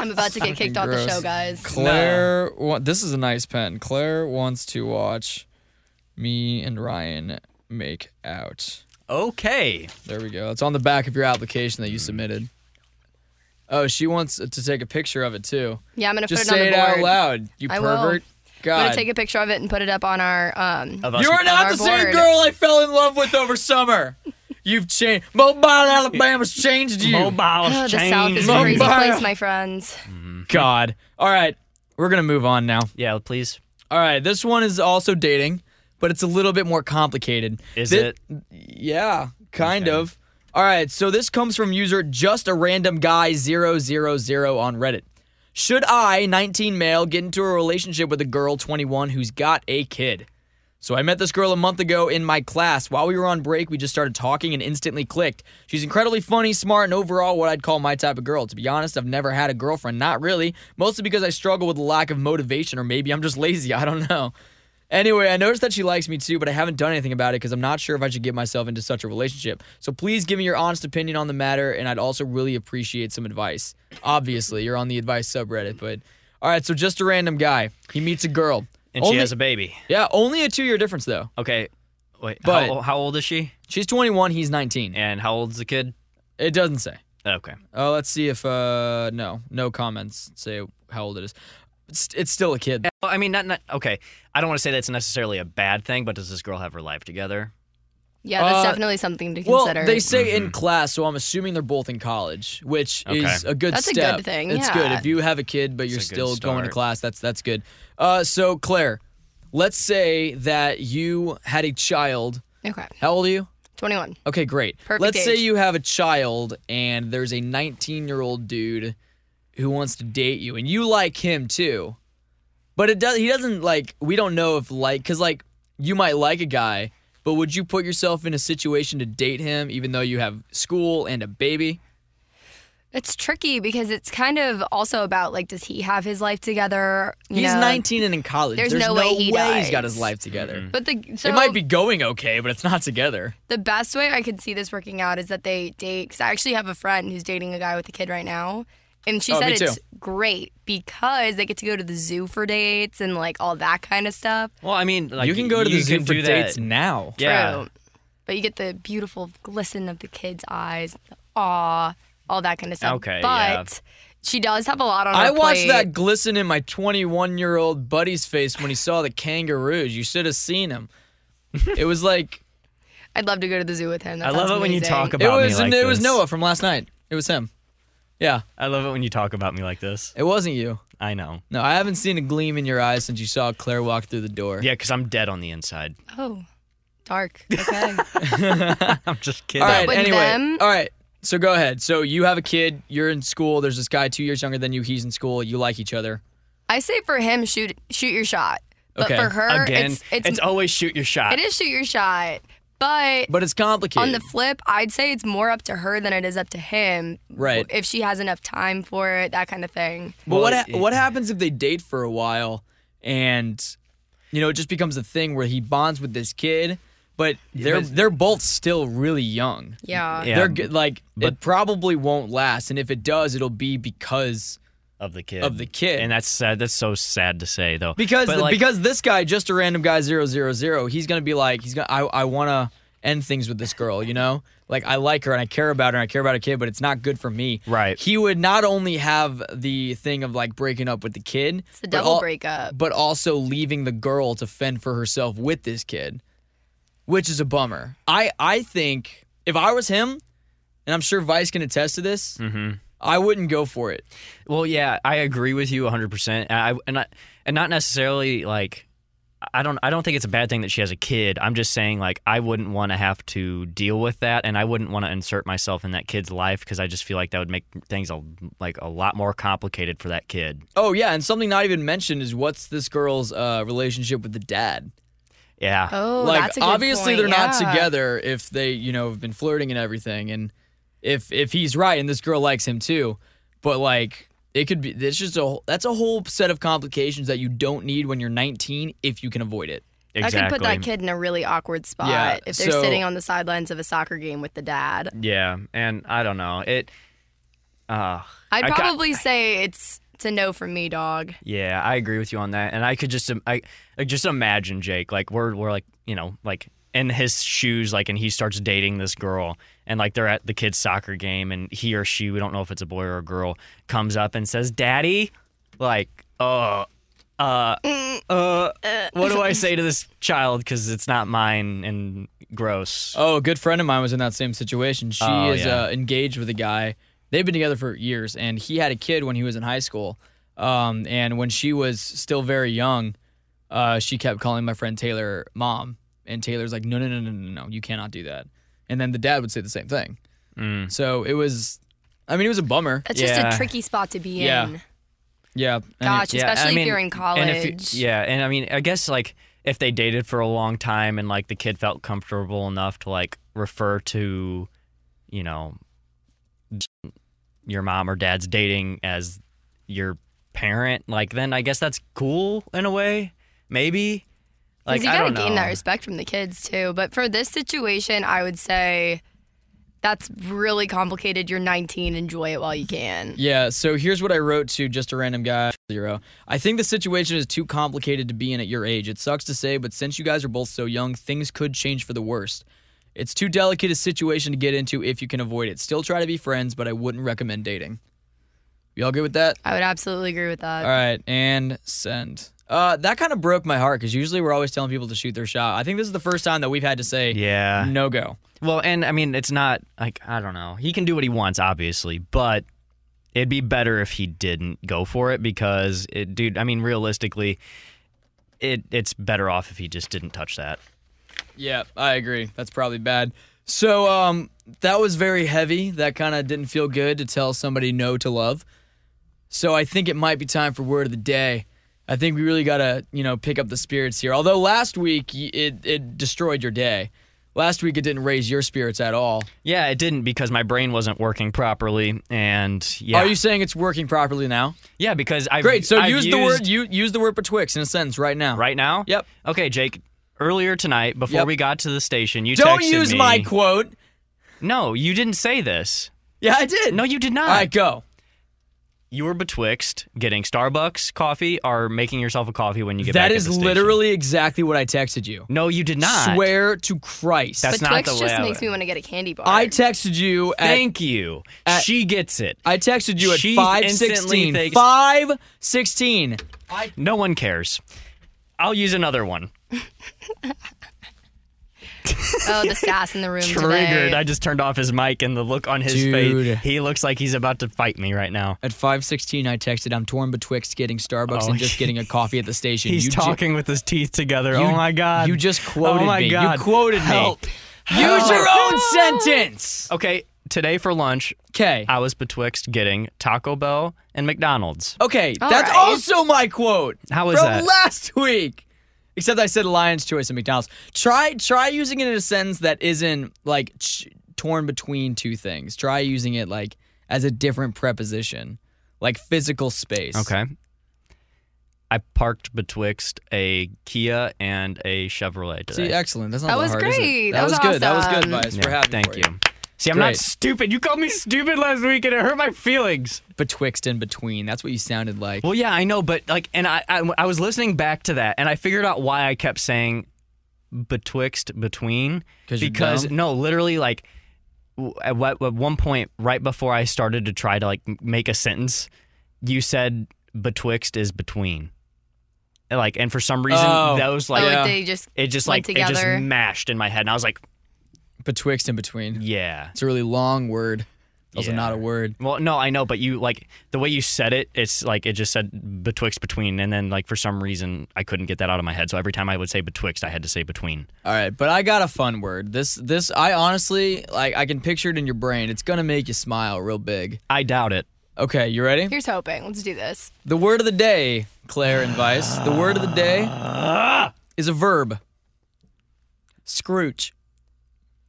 I'm about to get kicked off the
gross.
show, guys.
Claire. Wa- this is a nice pen. Claire wants to watch me and Ryan make out.
Okay.
There we go. It's on the back of your application that
Mm.
you submitted. Oh, she wants to take a picture of it too.
Yeah, I'm gonna
Just
put it on
say
the
it
board.
out loud, you
I will.
pervert.
I'm
God.
gonna take a picture of it and put it up on our. Um,
Of us.
You are not
our
the same
board.
girl I fell in love with over summer. You've changed. Mobile Alabama's changed you. Ah,
Mobile's
oh, the
changed.
South is a
Mobile.
crazy place, my friends.
God. All right. We're going to move on now.
Yeah, please.
All right. This one is also dating, but it's a little bit more complicated.
Is
Thi-
it?
Yeah, kind of. All right. So this comes from user just a random guy 000 on Reddit. Should I, 19 male, get into a relationship with a girl, 21, who's got a kid? So I met this girl a month ago in my class. While we were on break, we just started talking and instantly clicked. She's incredibly funny, smart, and overall what I'd call my type of girl. To be honest, I've never had a girlfriend, not really, mostly because I struggle with the lack of motivation or maybe I'm just lazy, I don't know. Anyway, I noticed that she likes me too, but I haven't done anything about it because I'm not sure if I should get myself into such a relationship. So please give me your honest opinion on the matter, and I'd also really appreciate some advice. Obviously, you're on the advice subreddit, but all right. So just a random guy, he meets a girl,
And
Only-
she has a baby.
yeah, only a two-year difference though.
Okay. Wait.
But-
how, how old is she?
She's 21, he's 19.
And how old's the kid?
It doesn't say.
Okay.
Oh, let's see if uh no, no comments say how old it is. It's, it's still a kid.
Well, I mean, not, not okay. I don't want to say that's necessarily a bad thing, but does this girl have her life together?
Yeah, that's
Uh,
definitely something to
Well,
consider.
they say in class, so I'm assuming they're both in college, which is
Mm-hmm. Okay.
a good
That's a good
step.
thing,
It's
yeah.
good if you have a kid, but you're
a good
still going
start.
to class. That's that's good. Uh, so Claire, let's say that you had a child.
okay,
How old are you?
21.
Okay, great.
Perfect
Let's say
age.
you have a child and there's a 19 year old dude who wants to date you, and you like him too, but it does. He doesn't like. We don't know if like, cause like you might like a guy, but would you put yourself in a situation to date him, even though you have school and a baby?
It's tricky because it's kind of also about like, does he have his life together? You
He's
know?
19 and in college.
There's no way he
he's got
dies.
his life together.
But the so
it might be going okay, but it's not together.
the best way I could see this working out is that they date. Because I actually have a friend who's dating a guy with a kid right now, and she
Oh,
said
me
it's
too.
great because they get to go to the zoo for dates and like all that kind of stuff.
Well, I mean, like
you can go to the zoo
can
for
do
dates
That.
now.
Yeah.
True. But you get the beautiful glisten of the kid's eyes, the awe, all that kind of stuff.
Okay, yeah.
But she does have a lot on her
I watched
plate.
that glisten in my 21 year old buddy's face when he saw the kangaroos. You should have seen him. It was like
I'd love to go to the zoo with him. That
I love
sounds
it when you
amazing.
talk
it
about
was
me like
it was
this.
Noah from last night. It was him. Yeah,
I love it when you talk about me like this.
it wasn't you.
I know.
No, I haven't seen a gleam in your eyes since you saw Claire walk through the door.
Yeah, because I'm dead on the inside.
Oh, dark. Okay.
I'm just kidding.
All right.
With
anyway.
them?
All right. So go ahead. So you have a kid. You're in school. There's this guy two years younger than you. He's in school. You like each other.
I say for him, shoot, shoot your shot. But
Okay,
for her,
Again,
it's, it's,
always shoot your shot.
it is shoot your shot. But
But it's complicated.
on the flip, I'd say it's more up to her than it is up to him.
Right.
If she has enough time for it, that kind of thing.
But what
Well,
ha-
it-
what happens if they date for a while and you know it just becomes a thing where he bonds with this kid, but they're
but-
they're both still really young.
Yeah.
Yeah.
They're g- like it
but-
probably won't last, and if it does, it'll be because
Of the kid.
of the kid.
And that's sad. That's so sad to say, though.
because
But, like,
because this guy just a random guy zero zero zero. He's gonna be like he's gonna I I wanna end things with this girl, you know? Like I like her and I care about her and I care about a kid, but it's not good for me.
Right.
He would not only have the thing of like breaking up with the kid,
It's a
but
double
al-
breakup.
but also leaving the girl to fend for herself with this kid, which is a bummer. I I think if I was him, and I'm sure Vice can attest to this,
mm-hmm.
I wouldn't go for it.
Well, yeah, I agree with you 100%. And I and I, and not necessarily like I don't I don't think it's a bad thing that she has a kid. I'm just saying like I wouldn't want to have to deal with that and I wouldn't want to insert myself in that kid's life cuz I just feel like that would make things a, like a lot more complicated for that kid.
Oh yeah, and something not even mentioned is what's this girl's uh, relationship with the dad?
Yeah.
oh,
like
that's a good
obviously
point.
they're not
Yeah.
together if they you know have been flirting and everything, and if if he's right and this girl likes him too, but like it could be it's just a whole- that's a whole set of complications that you don't need when you're 19 if you can avoid it.
exactly.
That could put that kid in a really awkward spot
Yeah,
if they're
so-
sitting on the sidelines of a soccer game with the dad.
Yeah, and I don't know. It uh
I'd
I ca-
probably say it's it's a no from me, dog.
Yeah, I agree with you on that, and I could just I, I just imagine Jake like we're we're like you know like in his shoes like and he starts dating this girl and like they're at the kids soccer game and he or she we don't know if it's a boy or a girl comes up and says daddy like uh uh uh what do I say to this child because it's not mine and gross
Oh, a good friend of mine was in that same situation. She
Oh,
is
yeah.
uh, engaged with a guy. They've been together for years, and he had a kid when he was in high school. Um, and when she was still very young, uh, she kept calling my friend Taylor mom. And Taylor's like, no, no, no, no, no, no, you cannot do that. And then the dad would say the same thing.
Mm.
So it was, I mean, it was a bummer.
That's
Yeah.
just a tricky spot to be
Yeah.
in.
Yeah. and it-
Gosh,
Yeah, I
especially
mean,
if you're in college.
And if you- yeah, and I mean, I guess like if they dated for a long time and like the kid felt comfortable enough to like refer to, you know, your mom or dad's dating as your parent, like then I guess that's cool in a way, maybe. Like
Because you
I
gotta
don't know.
gain that respect from the kids too. But for this situation, I would say that's really complicated. You're 19, enjoy it while you can.
Yeah, so here's what I wrote to just a random guy zero. I think the situation is too complicated to be in at your age. It sucks to say, but since you guys are both so young, things could change for the worst. It's too delicate a situation to get into if you can avoid it. Still try to be friends, but I wouldn't recommend dating. Y'all good with that?
I would absolutely agree with that.
All right, and send. Uh, that kind of broke my heart because usually we're always telling people to shoot their shot. I think this is the first time that we've had to say
Yeah.
no go.
Well, and I mean, it's not like I don't know. He can do what he wants, obviously, but it'd be better if he didn't go for it because it, dude. I mean, realistically, it it's better off if he just didn't touch that.
Yeah, I agree. That's probably bad. So, um, that was very heavy. That kind of didn't feel good to tell somebody no to love. So I think it might be time for word of the day. I think we really gotta, you know, pick up the spirits here. Although last week y- it it destroyed your day. Last week it didn't raise your spirits at all.
Yeah, it didn't because my brain wasn't working properly, and yeah,
Are you saying it's working properly now?
yeah, because I
Great. So
I've
use the word you use the word betwixt in a sentence right now.
right now.
Yep.
Okay, Jake. Earlier tonight, before
Yep.
we got to the station, you
Don't
texted
use
me-
my quote.
no, you didn't say this.
Yeah, I did.
No, you did not.
All right, go.
you were betwixt getting Starbucks coffee or making yourself a coffee when you get back.
That
at
is
the station.
literally exactly what I texted you.
No, you did not.
Swear to Christ.
That's not
but Twix
the way
just
I
makes
would-
me want to get a candy bar.
I texted you at
Thank you. she gets it.
I texted you at
She
five
instantly
sixteen.
thinks-
Five sixteen.
no one cares. I'll use another one.
oh, the sass in the room
Triggered.
today.
I just turned off his mic and the look on his
Dude.
face. He looks like he's about to fight me right now.
At five sixteen, I texted, "I'm torn betwixt getting Starbucks
Oh,
and just getting a coffee at the station."
He's
You ju-
talking with his teeth together.
you-
oh my god.
You just quoted
oh my
me.
God.
You quoted
Help.
me. Use your own sentence.
Okay, today for lunch,
Okay.
I was betwixt getting Taco Bell and McDonald's.
Okay.
All
that's
right.
also my quote.
How is
from
that?
last week? Except I said Lion's Choice and McDonald's. Try try using it in a sentence that isn't like ch- torn between two things. Try using it like as a different preposition, like physical space.
Okay. I parked betwixt a Kia and a Chevrolet today.
See, excellent. That's not
That
that
was
hard, is it?
great.
That,
That
was,
was
good. That was good,
awesome.
Vice.
Yeah,
We're happy.
Thank
for
you. See, I'm
Great.
not stupid. You called me stupid last week, and it hurt my feelings.
Betwixt and between. That's what you sounded like.
Well, yeah, I know, but like, and I, I, I was listening back to that, and I figured out why I kept saying betwixt between
'Cause you're
because
dumb?
no, literally like w- at, what, at one point right before I started to try to like m- make a sentence, you said betwixt is between. And, Like and for some reason
Oh.
those
oh,
like
Yeah.
they just
it just
went
like it just
together.
mashed in my head and I was like,
Betwixt and between.
yeah.
It's a really long word. It's also
Yeah.
not a word.
Well, no, I know, but you like the way you said it. It's like it just said betwixt between, and then like for some reason I couldn't get that out of my head. So every time I would say betwixt, I had to say between.
All right, but I got a fun word. This this I honestly like I can picture it in your brain. It's going to make you smile real big.
I doubt it.
Okay, you ready?
here's hoping. Let's do this.
The word of the day, Claire and Vice. The word of the day is a verb. Scrooge.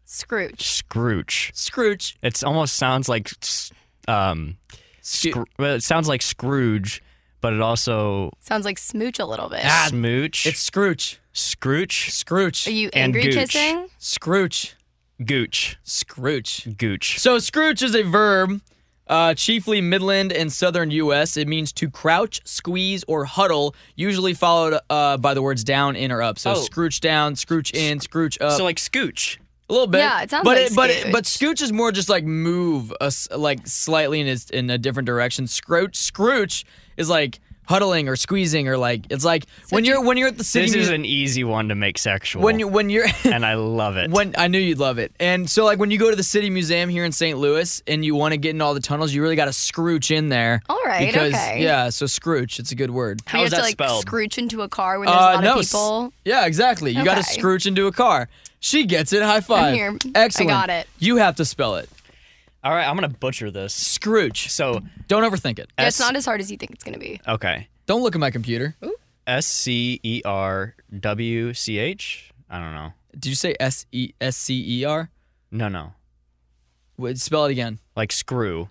Scrooge.
Scrooge.
Scrooge.
It almost sounds like s- um.
Sc-
Scr- well, it sounds like Scrooge, but it also
Sounds like smooch a little bit.
Ah, smooch.
Ah, it's Scrooge.
Scrooge.
Scrooge.
Are you
and
angry
gooch.
kissing?
Scrooge.
Gooch.
Scrooge.
Gooch.
So Scrooge is a verb, uh, chiefly Midland and Southern U.S. It means to crouch, squeeze, or huddle, usually followed uh, by the words down, in, or up. So
Oh.
Scrooge down, Scrooge in, Scrooge up.
so like scooch.
A little bit.
Yeah, it sounds
but
like
it, but it,
Scrooge.
but Scooch is more just like move us like slightly in a, in a different direction. Scrooge Scrooge is like huddling or squeezing or like it's like when you're when you're at the city
This is
mu-
an easy one to make sexual.
when you when you're
and I love it.
when I knew you'd love it. And so like when you go to the city museum here in St. Louis and you want to get in all the tunnels, you really got to Scrooge in there.
All right,
Because
okay.
yeah, so Scrooge, it's a good word. Uh,
Or
How
you
is
have to
that
like
spelled? Uh,
scrooge into a car when there's a lot
no,
of
s-
people.
Yeah, exactly. You got to
Okay.
Scrooge into a car. She gets it. High five.
here. I
Excellent.
got it.
You have to spell it.
All right, I'm gonna butcher this.
Scrooge.
So
Don't overthink it.
Yeah, it's not as hard as you think it's gonna be.
okay.
Don't look at my computer.
S C E R W C H. I don't know.
Did you say S E S C E R?
No, no.
Wait, Spell it again.
Like screw.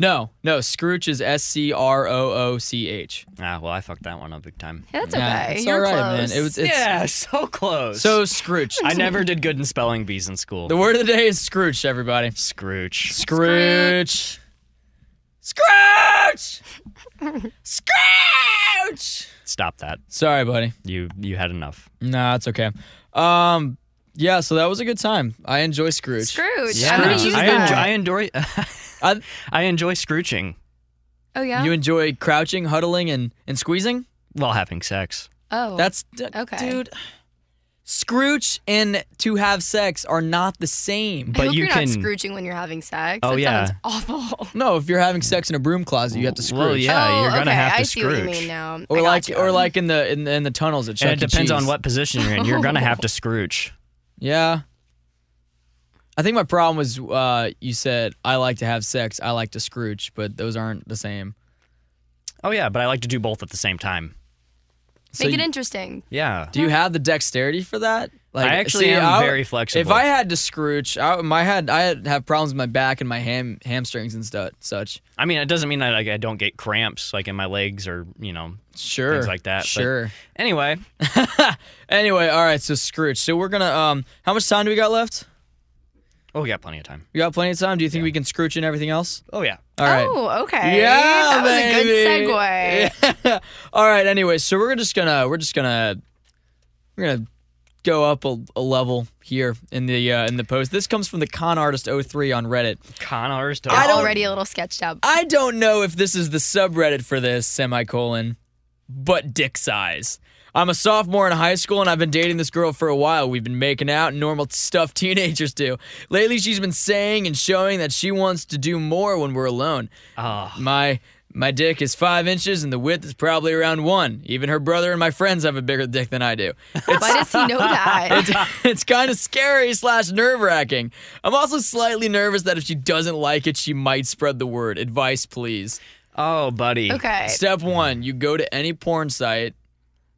No, no. Scrooge is S C R O O C H.
Ah, well, I fucked that one up big time.
Yeah, that's
Yeah,
okay.
it's
You're
all right, man.
close.
It was- it's-
yeah, so close.
So Scrooge.
I never did good in spelling bees in school.
the word of the day is Scrooge. Everybody.
Scrooge.
Scrooge. Scrooge. Scrooge.
Stop that.
Sorry, buddy.
You you had enough.
Nah, it's okay. Um, yeah. So that was a good time. I enjoy Scrooge.
Scrooge.
Yeah.
I'm gonna
Scrooge.
use
I
that.
enjoy. I enjoy,
I-
I enjoy scrooching
oh yeah.
You enjoy crouching, huddling, and and squeezing.
while having sex.
oh,
That's d-
Okay.
dude. Scrooge and to have sex are not the same.
I
but
hope
you
you're
can-
not scrooging when you're having sex.
Oh,
that
yeah.
sounds awful.
No, if you're having sex in a broom closet, you have to Scrooge.
Well, yeah,
oh,
you're gonna
okay.
have to
I see what you
Scrooge.
mean now. I
Or
got
like,
you.
or like in the in, in the tunnels at Chuck
and it
E.
depends on
Cheese.
what position you're in. You're gonna have to scrooge.
Yeah. I think my problem was uh, you said I like to have sex, I like to Scrooge, but those aren't the same.
Oh yeah, but I like to do both at the same time.
So
make it
you-
interesting.
Yeah.
do you have the dexterity for that? Like,
I actually
see,
am
I-
very flexible.
If I had to Scrooge, I, my had I had have problems with my back and my ham hamstrings and stuff such.
I mean, it doesn't mean that like, I don't get cramps like in my legs or you know
Sure,
things like that. but
Sure.
anyway,
Anyway, all right, so Scrooge. So we're gonna um how much time do we got left?
oh, we got plenty of time.
We got plenty of time. Do you think we can Scrooge in everything else?
Oh yeah.
All right.
Oh, okay.
Yeah,
that was a
baby.
good segue.
all right, anyway, so we're just gonna we're just gonna we're gonna go up a, a level here in the uh, in the post. This comes from the con artist 03 on Reddit.
Con artist.
I don't-
Already a little sketched out.
I don't know if this is the subreddit for this semicolon, but dick size. I'm a sophomore in high school and I've been dating this girl for a while. We've been making out normal stuff teenagers do. Lately, she's been saying and showing that she wants to do more when we're alone.
Ah.
My my dick is five inches and the width is probably around one. Even her brother and my friends have a bigger dick than I do.
Why does he know that?
It's, it's kind of scary slash nerve wracking. I'm also slightly nervous that if she doesn't like it, she might spread the word. Advice, please.
Oh, buddy.
Okay.
Step one: you go to any porn site,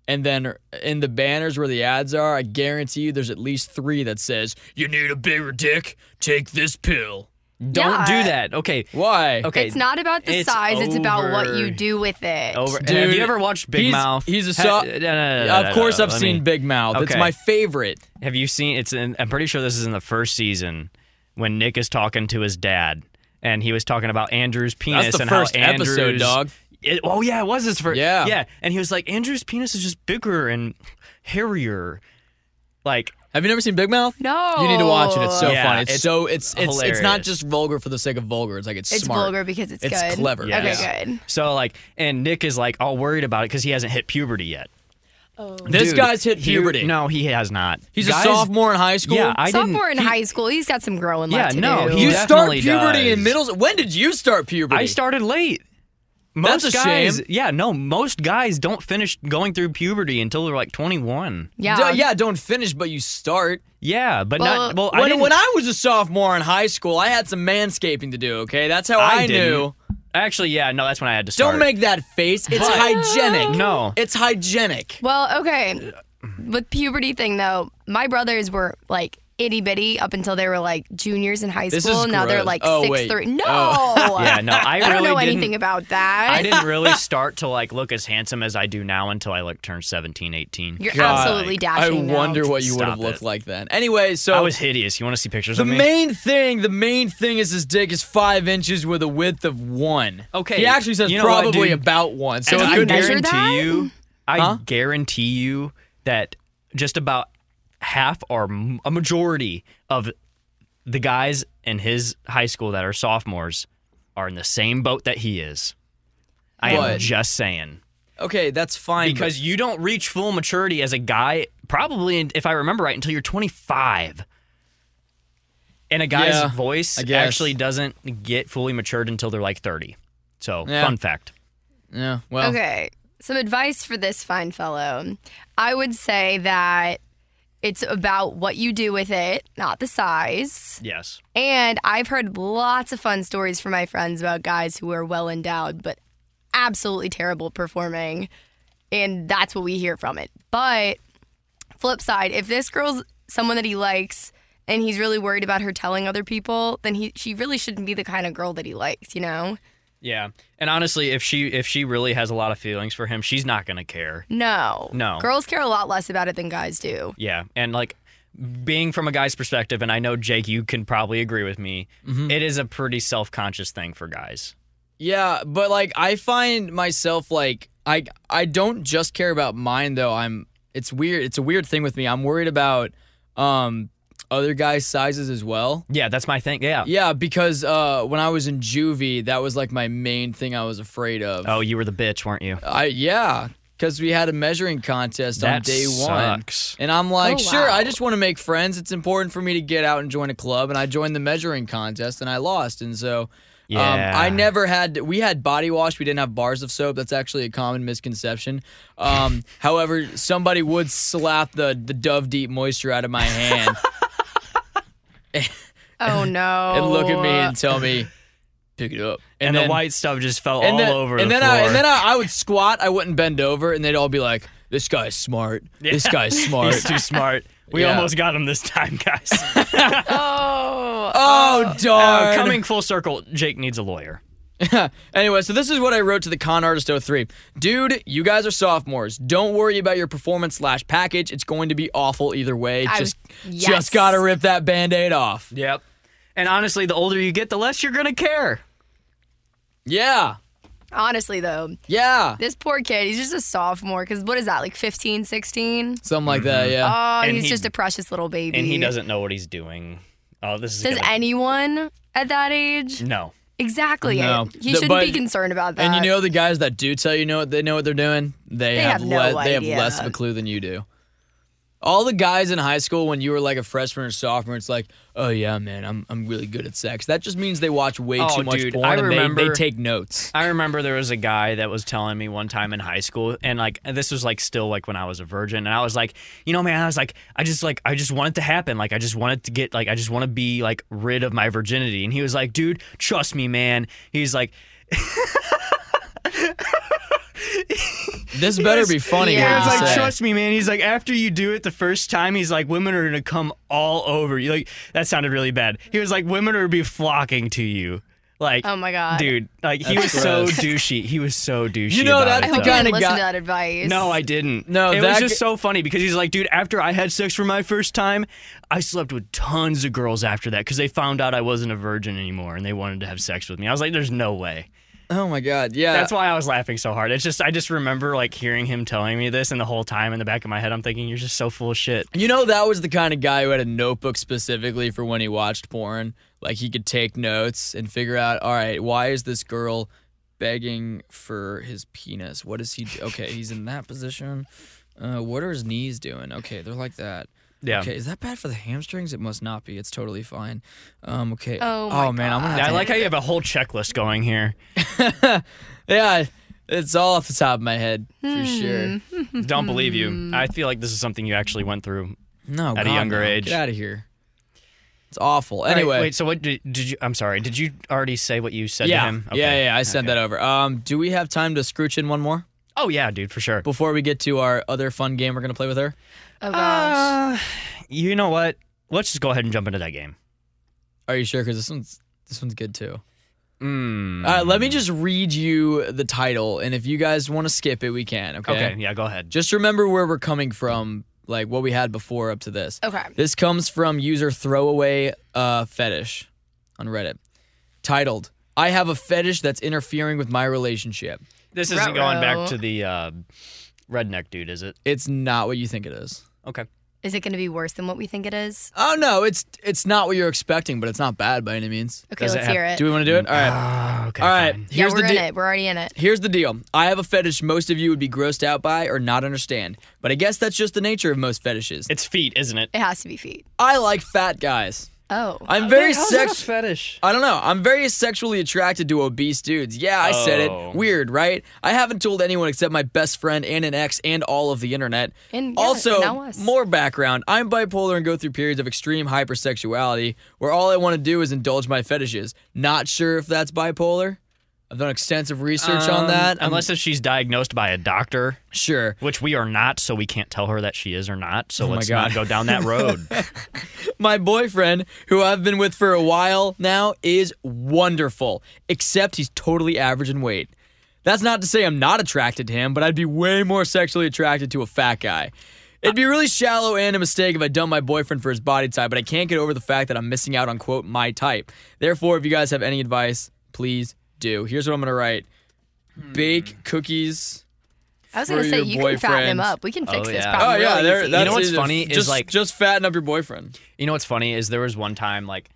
and then in the banners where the ads are, I guarantee you, there's at least three that says "You need a bigger dick? Take this pill."
Don't
Yeah.
do that. Okay.
Why?
Okay.
It's not about the
It's
size, it's about what
over.
you do with it.
over. and have
Dude,
you ever watched Big
he's-
Mouth?
he's a
Ha- uh,
so-
no, no, no, no,
Of
no,
course,
no,
I've
Uh, let
seen
me-
Big Mouth. It's
Okay.
my favorite.
Have you seen? It's. In, I'm pretty sure this is in the first season when Nick is talking to his dad, and he was talking about Andrew's penis
the
and
first
how
episode,
Andrew's
dog.
It, oh yeah, it was his first.
Yeah.
Yeah, and he was like, Andrew's penis is just bigger and hairier. Like,
Have you never seen Big Mouth?
No.
You need to watch it. It's so
Oh. Yeah,
funny. It's,
it's
so it's it's it's not
hilarious.
just vulgar for the sake of vulgar. It's like it's,
It's
smart.
vulgar because it's,
It's
good.
clever.
Yeah.
Okay, good.
so like, and Nick is like all worried about it because he hasn't hit puberty yet.
This
Dude,
guy's hit
he-
puberty.
no, he has not.
he's
Guys-
a sophomore in high school.
Yeah, I didn't.
Sophomore in
he-
high school, he's got some growing
Yeah,
left to
no,
do.
he-
you start
definitely
puberty in
does.
middle. s- When did you start puberty?
I started late. Most
That's a
guys,
shame.
yeah, no, most guys don't finish going through puberty until they're like 21.
yeah.
D- yeah, don't finish, but you start.
Yeah, but not well.
Well,
I
when,
didn't,
when I was a sophomore in high school, I had some manscaping to do. Okay, that's how I, knew.
didn't. Actually, yeah, no, that's when I had to start.
Don't make that face. It's
But-
hygienic.
No.
it's hygienic.
Well, okay. With puberty thing though, my brothers were like itty bitty up until they were like juniors in high
This
school.
is
now they're
gross.
like
Oh,
six
wait.
three. No.
Yeah, no, I, really
don't know
didn't,
anything about that.
I didn't really start to like look as handsome as I do now until I like turned 17, 18.
You're
God.
absolutely
I
dashing. now.
wonder what you would
Stop
have looked
it.
like then. Anyway, so
I was hideous. You want to see pictures
The
of me?
main thing, the main thing is his dick is five inches with a width of one.
Okay,
He actually says
you know what,
probably
dude?
about one. So
And
Do
it
I
you
could be-
measure
guarantee
that?
you, I
Huh?
guarantee you that just about half or m- a majority of the guys in his high school that are sophomores are in the same boat that he is. I am
What?
just saying.
okay, that's fine. but-
because you don't reach full maturity as a guy probably in- if i remember right until you're 25 and a guy's
Yeah,
voice
I guess.
actually doesn't get fully matured until they're like 30 so
Yeah.
fun fact
yeah, well,
Okay. Some advice for this fine fellow. I would say that it's about what you do with it, not the size.
yes
And I've heard lots of fun stories from my friends about guys who are well endowed but absolutely terrible at performing. And that's what we hear from it. But flip side, if this girl's someone that he likes and he's really worried about her telling other people, then he she really shouldn't be the kind of girl that he likes, you know?
yeah and honestly if she if she really has a lot of feelings for him she's not gonna care
No.
No.
Girls care a lot less about it than guys do.
yeah and like being from a guy's perspective and i know jake you can probably agree with me it is a pretty self-conscious thing for guys
yeah, but like I find myself like I I don't just care about mine though. I'm it's weird. It's a weird thing with me. I'm worried about um other guys' sizes as well.
yeah that's my thing yeah,
Yeah, because uh when I was in juvie, that was like my main thing I was afraid of.
oh you were the bitch weren't you
I yeah, because we had a measuring contest on
that
day one,
sucks
and I'm like,
Oh,
sure, I
wow.
just want to make friends. It's important for me to get out and join a club, and I joined the measuring contest, and I lost, and so.
Yeah.
Um, I never had. We had body wash. We didn't have bars of soap. That's actually a common misconception. Um, however, somebody would slap the the Dove Deep Moisture out of my hand
Oh no.
and look at me
Oh.
and tell me, "Pick it up."
and, the
then-
white stuff just fell all
and then,
over
and
the
then I,
floor.
and then I, I would squat. I wouldn't bend over, and they'd all be like, "This guy's smart. This guy's smart."
He's too smart. We
Yeah.
almost got him this time, guys.
Oh.
oh darn!
Uh, coming full circle, Jake needs a lawyer.
anyway, so this is what I wrote to the Con Artist 03. Dude, you guys are sophomores. Don't worry about your performance slash package. It's going to be awful either way.
I
just,
was- yes.
just gotta rip that band-aid off.
Yep. And honestly, the older you get, the less you're gonna care.
Yeah,
Honestly though,
yeah,
This poor kid, he's just a sophomore because what is that, like 15, 16?
something like that.
Mm-hmm.
Yeah.
Oh,
And
he's
he-
just a precious little baby.
And he doesn't know what he's doing. Oh, this is
Does
gonna-
anyone at that age?
no.
Exactly.
No.
He
The-
shouldn't be
but-
concerned about that.
and you know the guys that do tell you know what they know what they're doing. They,
Oh, They have no
le- they have
idea.
less of a clue than you do. All the guys in high school when you were like a freshman or sophomore, it's like, oh yeah, man, I'm I'm really good at sex. That just means they watch way
Oh,
too much
dude,
porn
I
and they, they
remember-
take notes.
I remember there was a guy that was telling me one time in high school, and like and this was like still like when I was a virgin, and I was like, you know, man, I was like, I just like I just want it to happen, like I just wanted to get like I just want to be like rid of my virginity, and he was like, dude, trust me, man. He's like,
This better be funny. What
Yeah.
It's
you
like,
say.
trust me, man. He's like, after you do it the first time, he's like, women are gonna come all over you. Like, that sounded really bad. He was like, women are gonna be flocking to you. Like,
Oh my God.
dude. Like, he was
That's
so
gross.
douchey. He was so douchey.
You know,
about
that's
it,
I hope
though.
you didn't
kinda
listen
guy-
to that advice.
No, I didn't.
No,
it
that
was
g-
just so funny because he's like, dude, after I had sex for my first time, I slept with tons of girls after that because they found out I wasn't a virgin anymore and they wanted to have sex with me. I was like, there's no way.
Oh my god. Yeah.
That's why I was laughing so hard. It's just I just remember like hearing him telling me this, and the whole time in the back of my head, I'm thinking you're just so full of shit.
You know, that was the kind of guy who had a notebook specifically for when he watched porn. Like he could take notes and figure out, all right, why is this girl begging for his penis? What is he? Do? Okay, he's in that position. Uh, what are his knees doing? Okay, they're like that.
Yeah.
Okay, is that bad for the hamstrings? It must not be. It's totally fine. Um, okay.
Oh my
man, I'm gonna.
Yeah, I
Have
like how you have a whole checklist going here.
to, yeah, it's all off the top of my head for
Hmm.
sure.
Don't believe you. I feel like this is something you actually went through.
No,
At a
God,
younger
no.
age.
Get out of here. It's awful. Anyway,
Wait, wait, so what did, did you? I'm sorry. Did you already say what you said
yeah,
to him?
yeah, yeah. I sent that over. Um, do we have time to scrooge in one more
Oh yeah, dude, for sure.
before we get to our other fun game we're gonna play with her?
Oh gosh.
Uh, you know what? Let's just go ahead and jump into that game.
Are you sure? Because this one's this one's good too.
Mm.
All right, let me just read you the title, and if you guys want to skip it, we can. Okay.
okay. Yeah, go ahead.
Just remember where we're coming from, like what we had before up to this.
okay.
This comes from user throwaway uh, fetish on Reddit, titled "I have a fetish that's interfering with my relationship."
This isn't going
Ruh-roh.
back to the uh, redneck dude, is it?
It's not what you think it is.
Okay.
Is it going to be worse than what we think it is?
Oh no, it's it's not what you're expecting, but it's not bad by any means.
Okay,
Does it
let's
have-
hear it.
Do we want to do it? All right.
Ah, okay.
All right.
fine.
yeah,
Here's
we're
the
in
deal.
it. We're already in it.
Here's the deal. I have a fetish most of you would be grossed out by or not understand, but I guess that's just the nature of most fetishes.
It's feet, isn't it?
It has to be feet.
I like fat guys.
Oh.
I'm very
How's that a
sex.
fetish.
I don't know. I'm very sexually attracted to obese dudes. Yeah, I said
Oh.
it. Weird, right? I haven't told anyone except my best friend and an ex and all of the internet.
And, yeah, now
also,
us.
more background. I'm bipolar and go through periods of extreme hypersexuality where all I want to do is indulge my fetishes. Not sure if that's bipolar. I've done extensive research on
Um,
that. I'm
unless if she's diagnosed by a doctor,
sure.
which we are not, so we can't tell her that she is or not. So
my
let's
God.
not go down that road.
My boyfriend, who I've been with for a while now, is wonderful, except he's totally average in weight. That's not to say I'm not attracted to him, but I'd be way more sexually attracted to a fat guy. It'd be really shallow and a mistake if I dumped my boyfriend for his body type, but I can't get over the fact that I'm missing out on, quote, my type. Therefore, if you guys have any advice, please do. Here's what I'm going to write
Hmm.
Bake cookies.
I was going
for
to say,
your
you can fatten him
boyfriend.
up. We can fix
Oh,
this
yeah.
Oh,
problem.
yeah.
really
There,
easy.
that's
You know what's
easy.
funny is,
Just-
like-
Just fatten up your boyfriend.
you know what's funny is there was one time like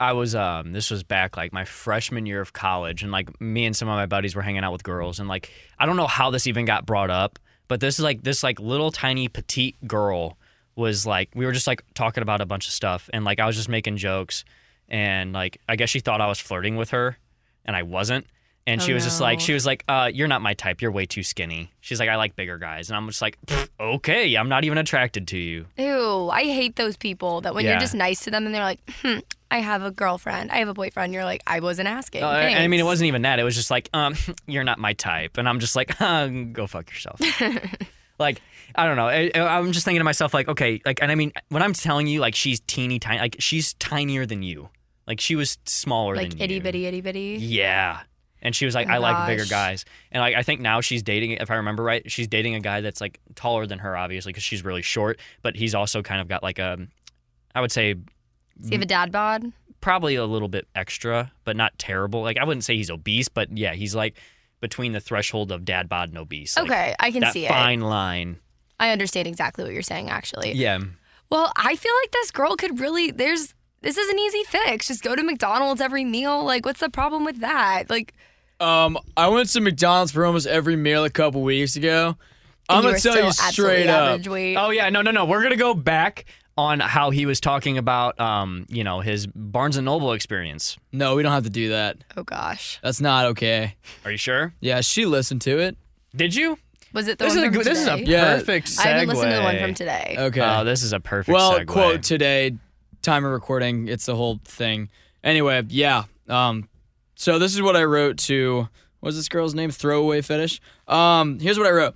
I was um this was back like my freshman year of college and like me and some of my buddies were hanging out with girls and like I don't know how this even got brought up, but this is like this like little tiny petite girl was like we were just like talking about a bunch of stuff and like I was just making jokes and like I guess she thought I was flirting with her and I wasn't. And she
Oh,
was just like,
no.
she was like, uh, you're not my type. You're way too skinny. She's like, I like bigger guys. And I'm just like, "Pfft, okay, I'm not even attracted to you.
Ew, I hate those people that when
Yeah.
you're just nice to them and they're like, hmm, I have a girlfriend, I have a boyfriend, you're like, I wasn't asking.
Uh, and- and I mean, it
Thanks."
wasn't even that. It was just like, um, you're not my type, and I'm just like, uh, go fuck yourself. like, I don't know. I, I- I'm just thinking to myself, like, okay, like, and I mean, when I'm telling you, like, she's teeny tiny, like, she's tinier than you. Like, she was smaller than
like itty
you.
bitty, itty bitty.
Yeah. And she was like, I like bigger
Gosh.
guys. And like, I think now she's dating, if I remember right, she's dating a guy that's like taller than her, obviously, because she's really short. But he's also kind of got like a, I would say,
Does he have a dad bod?
probably a little bit extra, but not terrible. Like I wouldn't say he's obese, but yeah, he's like between the threshold of dad bod and obese. Like,
okay, I can
that
see it.
fine line.
I understand exactly what you're saying, actually.
Yeah,
Well, I feel like this girl could really, there's, this is an easy fix. Just go to McDonald's every meal. Like, what's the problem with that? Like,
Um, I went to McDonald's for almost every meal a couple weeks ago.
and
I'm
you
gonna
were
tell
still
you
absolutely
straight up.
average weight.
Oh yeah, no, no, no. We're gonna go back on how he was talking about, um, you know, his Barnes and Noble experience.
No, we don't have to do that.
Oh, gosh.
That's not okay.
Are you sure?
Yeah, she listened to it.
Did you?
Was it the
This is a
one from
good- this is a
today?
Yeah.
perfect segue.
I haven't listened to the one from today.
Okay.
Oh, this is a perfect
well,
segue.
quote today, time of recording. It's the whole thing. Anyway, yeah. Um, so this is what I wrote to. What's this girl's name? Throwaway fetish. Um, here's what I wrote.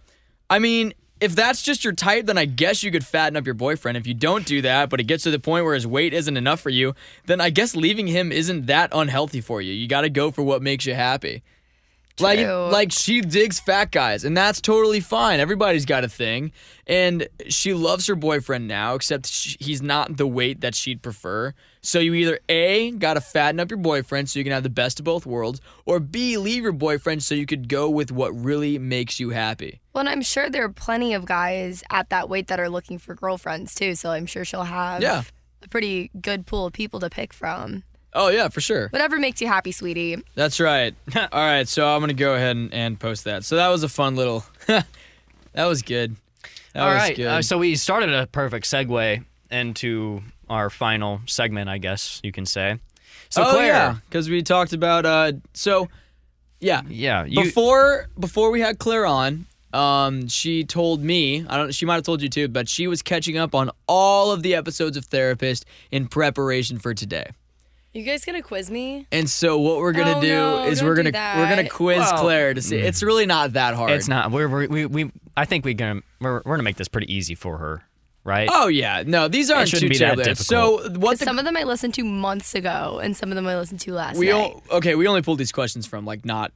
I mean, if that's just your type, then I guess you could fatten up your boyfriend. If you don't do that, but it gets to the point where his weight isn't enough for you, then I guess leaving him isn't that unhealthy for you. You got to go for what makes you happy. Like,
True.
like she digs fat guys, and that's totally fine. Everybody's got a thing, and she loves her boyfriend now, except sh he's not the weight that she'd prefer. So you either A, gotta fatten up your boyfriend so you can have the best of both worlds, or B, leave your boyfriend so you could go with what really makes you happy.
Well, and I'm sure there are plenty of guys at that weight that are looking for girlfriends too. So I'm sure she'll have
Yeah.
a pretty good pool of people to pick from.
Oh, yeah, for sure.
Whatever makes you happy, sweetie.
That's right. All right, so I'm gonna go ahead and, and post that. So that was a fun little. that was good. That
All
was
right.
good.
Uh, so we started a perfect segue into our final segment, I guess you can say. So
oh
Claire,
yeah, because we talked about. uh So, yeah,
yeah, you,
before before we had Claire on, um, she told me I don't. She might have told you too, but she was catching up on all of the episodes of Therapist in preparation for today.
You guys gonna quiz me?
And so what we're gonna
Oh,
do
no,
is
don't
we're
do
gonna we're gonna
that.
quiz
Well-
Claire to see. It's really not that hard.
it's not. We're, we're we we I think we're gonna we're, we're gonna make this pretty easy for her, right?
Oh yeah, no, these aren't
shouldn't
too
be that
terribly. So what the
Some of them I listened to months ago, and some of them I listened to last
we
night.
o- okay we only pulled these questions from like not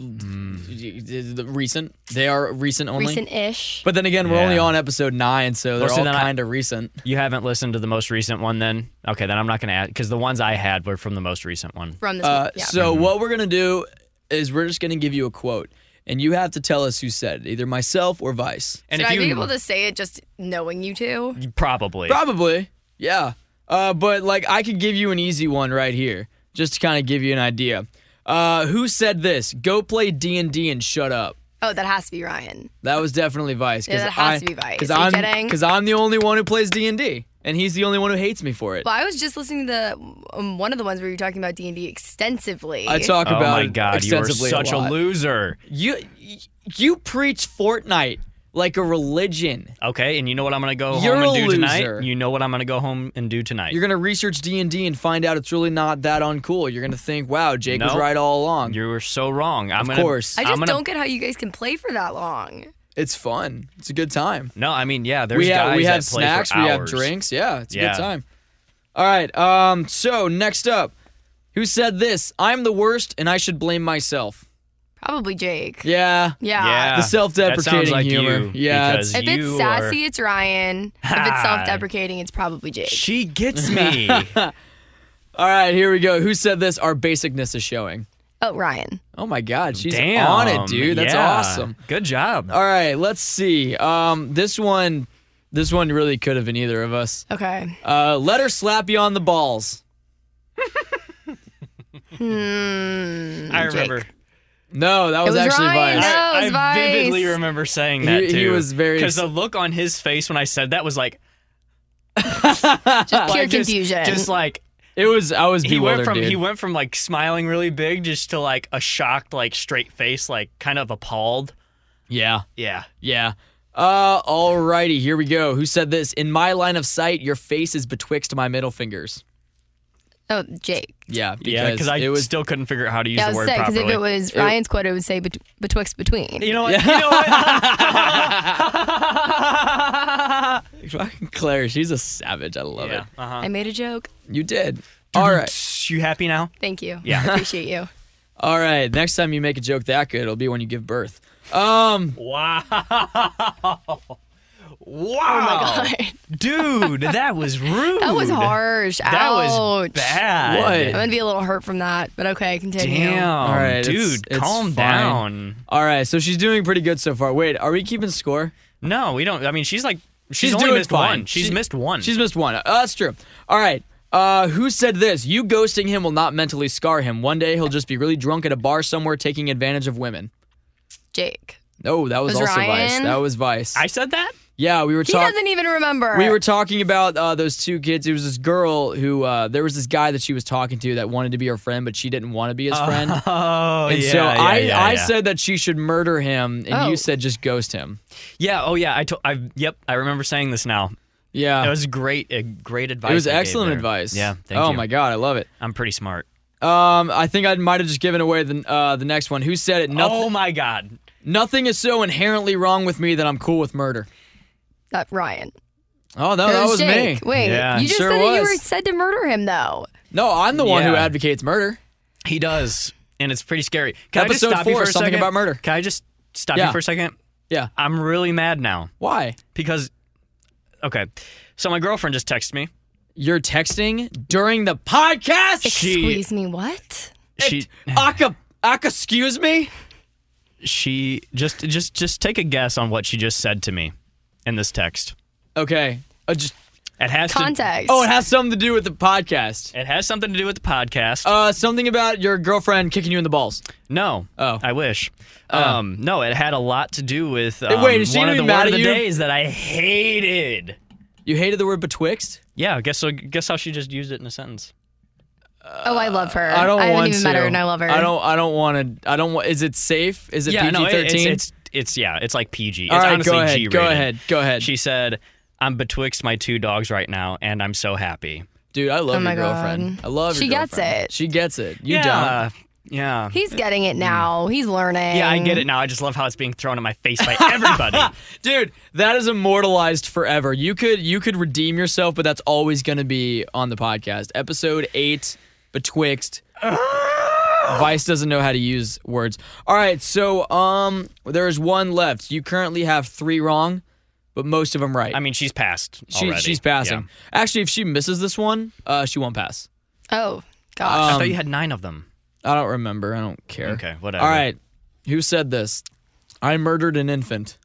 Hmm.
the recent. They are recent only.
Recent-ish.
But then again, we're only
Yeah.
on episode nine, so they're
Well, so
all
then I-
kind of recent.
You haven't listened to the most recent one, then? Okay, then I'm not gonna add because the ones I had were from the most recent one.
from this
Uh,
week. Yeah.
So what we're gonna do is we're just gonna give you a quote, and you have to tell us who said it, either myself or Vice.
And
Should
if
I
you
be able to say it just knowing you two?
probably
Probably, yeah. Uh, but like I could give you an easy one right here, just to kind of give you an idea. Uh, who said this? Go play D and D and shut up.
Oh, that has to be Ryan.
That was definitely Vice.
Yeah,
'cause
that has
I-
to be Vice.
Because
Are you
I'm
kidding?
because I'm the only one who plays D and D, and he's the only one who hates me for it.
Well, I was just listening to the um, one of the ones where you were talking about D and D extensively.
I talk
Oh
about
my
it
god, you are
extensively
such
a,
a,
lot.
loser.
You you preach Fortnite like a religion.
Okay, and you know what I'm gonna go
You're
home and
a
do
loser.
tonight? You know what I'm gonna go home and do tonight?
You're gonna research D and D and find out it's really not that uncool. You're gonna think, wow, Jake was
No.
right all along.
You were so wrong. I'm
Of
gonna,
course.
I
I'm
just
gonna-
don't get how you guys can play for that long.
it's fun. It's a good time.
No, I mean, yeah, there's
we have
guys
we have
that play for
snacks. We have
hours.
drinks. Yeah, it's a
Yeah.
good time. All right. Um. So next up, who said this? I'm the worst, and I should blame myself.
Probably Jake.
Yeah.
Yeah.
Yeah.
The self-deprecating
that sounds like
humor.
You,
Yeah,
because
If it's
you
sassy,
are-
it's Ryan. If it's
Ha.
self-deprecating, it's probably Jake.
she gets me.
All right, here we go. Who said this? Our basicness is showing.
Oh, Ryan.
Oh my God, she's
Damn,
on it, dude. That's
yeah.
awesome.
Good job.
All right, let's see. Um, this one, this one really could have been either of us.
Okay.
Uh, let her slap you on the balls.
I remember.
Mm, Jake.
No, that was,
was
actually
Ryan.
Vice.
No,
I,
it's
I
Vice.
vividly remember saying that
He-
too.
he was very-
because the look on his face when I said that was like
Just pure
Uh, like, just-
confusion.
Just like
It was. I was
he went
bewildered,
from
dude.
he went from like smiling really big just to like a shocked, like straight face, like kind of appalled.
yeah,
Yeah.
yeah. Uh, alrighty, here we go. Who said this? In my line of sight, your face is betwixt my middle fingers.
oh, Jake.
Yeah, because
yeah, because I
it was
still couldn't figure out how to use
Yeah, I
the
was
word
say because
properly.
if it was Ryan's quote, it would say bet- betwixt between.
you know what? You know what?
Fucking Claire. She's a savage. I love
yeah.
it.
Uh-huh.
I made a joke.
You did. All right.
You happy now?
Thank you. Yeah. appreciate you.
All right. Next time you make a joke that good, it'll be when you give birth. Um,
Wow.
Oh
Wow.
Oh.
Dude, that was rude.
That was harsh.
That was
Ouch.
bad.
I'm
What?
gonna be a little hurt from that, but okay, continue.
Damn.
All right,
dude,
it's- it's
calm
fine.
down.
all right. So she's doing pretty good so far. Wait, are we keeping score?
No, we don't. I mean, she's like, she's, only
doing
missed
fine.
one. She's
She-
missed one.
She's missed one. Uh, that's true. All right. Uh, who said this? You ghosting him will not mentally scar him. One day he'll just be really drunk at a bar somewhere, taking advantage of women.
Jake.
No, that was,
Was
also Vice.
Ryan?
That was Vice.
I said that?
yeah, we were
He
talking.
doesn't even remember.
We were talking about uh, those two kids. It was this girl who uh, there was this guy that she was talking to that wanted to be her friend, but she didn't want to be his
Uh,
friend.
Oh,
And
yeah.
so
yeah,
I,
yeah,
I
yeah.
said that she should murder him, and
Oh.
you said just ghost him.
Yeah, oh, yeah. I told, I, yep, I remember saying this now.
Yeah,
That was great, uh, great advice.
it was
you gave
excellent
there.
advice.
Yeah, thank
oh
you.
my god, I love it.
I'm pretty smart.
Um, I think I might have just given away the uh, the next one. Who said it? Nothing.
Oh, my God.
Nothing is so inherently wrong with me that I'm cool with murder.
that Uh, Ryan.
Oh no,
It
that was
Jake.
me.
Wait,
Yeah,
you just
sure
said that you
was.
were said to murder him though.
No, I'm the one who
Yeah.
advocates murder.
He does, and it's pretty scary. Can I
Episode
just stop you
four,
for a
something
second?
about murder.
Can I just stop
Yeah.
you for a second?
Yeah.
I'm really mad now
Why?
because, okay, so my girlfriend just texted me.
you're texting during the podcast?
Excuse me, what?
She
Aka, Aka, excuse me?
she just just just take a guess on what she just said to me in this text.
Okay. Uh, just,
It has to
Context.
oh, it has something to do with the podcast.
it has something to do with the podcast.
Uh, something about your girlfriend kicking you in the balls.
no.
Oh.
I wish. Um no, it had a lot to do with um,
wait, is she
one
gonna
of the,
be mad
one of
at
the
you?
days that I hated.
You hated the word betwixt?
Yeah, guess so guess how she just used it in a sentence.
oh, I love her.
I don't
I haven't
want
even
to.
met her and I love her.
I don't. I don't want to. I don't want. Is it safe? Is it
yeah,
PG
no, it-
thirteen?
it's, it's it's yeah, it's like PG. It's
All right,
honestly
go ahead.
G-rated.
Go ahead. Go ahead.
She said, "I'm betwixt my two dogs right now, and I'm so happy."
Dude, I love
Oh my
your girlfriend.
God.
I love.
She
your
gets
girlfriend.
it.
She gets it. You
yeah, yeah,
He's getting
Mm.
it now. He's learning.
yeah. I get it now. I just love how it's being thrown in my face by everybody.
don't, dude. That is immortalized forever. You could you could redeem yourself, but that's always going to be on the podcast. Episode eight, betwixt. Vice doesn't know how to use words. All right, so um, there is one left. You currently have three wrong, but most of them right.
I mean, she's passed.
she,
already.
she's
Yeah.
passing. Actually, if she misses this one, uh, she won't pass.
Oh, gosh.
I
Um,
thought you had nine of them.
I don't remember. I don't care.
Okay, whatever.
All right. Who said this? I murdered an infant.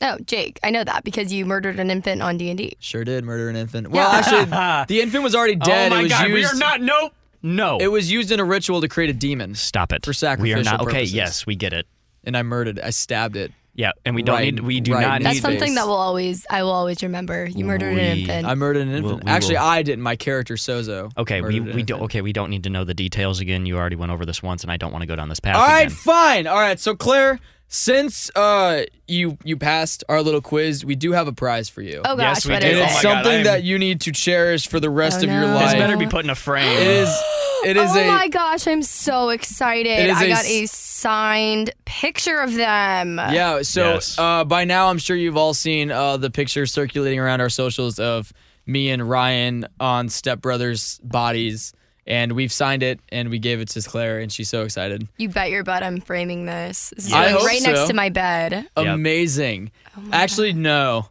oh, Jake, I know that because you murdered an infant on D&D.
Sure did murder an infant. Well, actually, the infant was already dead.
oh my
it was
god,
used.
we are not. Nope. No.
It was used in a ritual to create a demon,
Stop it.
for sacrificial
We are not. Okay.
purposes.
Yes, we get it.
and I murdered. I stabbed it.
Yeah, and we don't
Right,
need. We do
right.
not
That's
need.
some-
something
this.
that will always, I will always remember. You murdered an
We-
infant.
I murdered an infant.
we
actually,
will-
I didn't. My character Sozo.
Okay, we,
murdered an
we don't.
infant.
Okay, we don't need to know the details again. You already went over this once, and I don't want to go down this path.
All right,
again.
fine. All right. So Claire, since uh you you passed our little quiz, we do have a prize for you.
oh, gosh,
Yes, we
what
did.
And
is
it's
Oh my God,
it?
something
I am-
that you need to cherish for the rest
Oh,
of your
no.
life.
This better be put in a frame.
It is. It is
oh
a.
my gosh, I'm so excited.
It is
I
a
got
s-
a signed picture of them.
Yeah, so
Yes.
uh, by now I'm sure you've all seen uh, the picture circulating around our socials of me and Ryan on stepbrothers' bodies, and we've signed it and we gave it to Claire, and she's so excited.
You bet your butt I'm framing this. This is
I
going
hope
right next
so.
to my bed.
Yep.
Amazing.
Oh
Actually, no,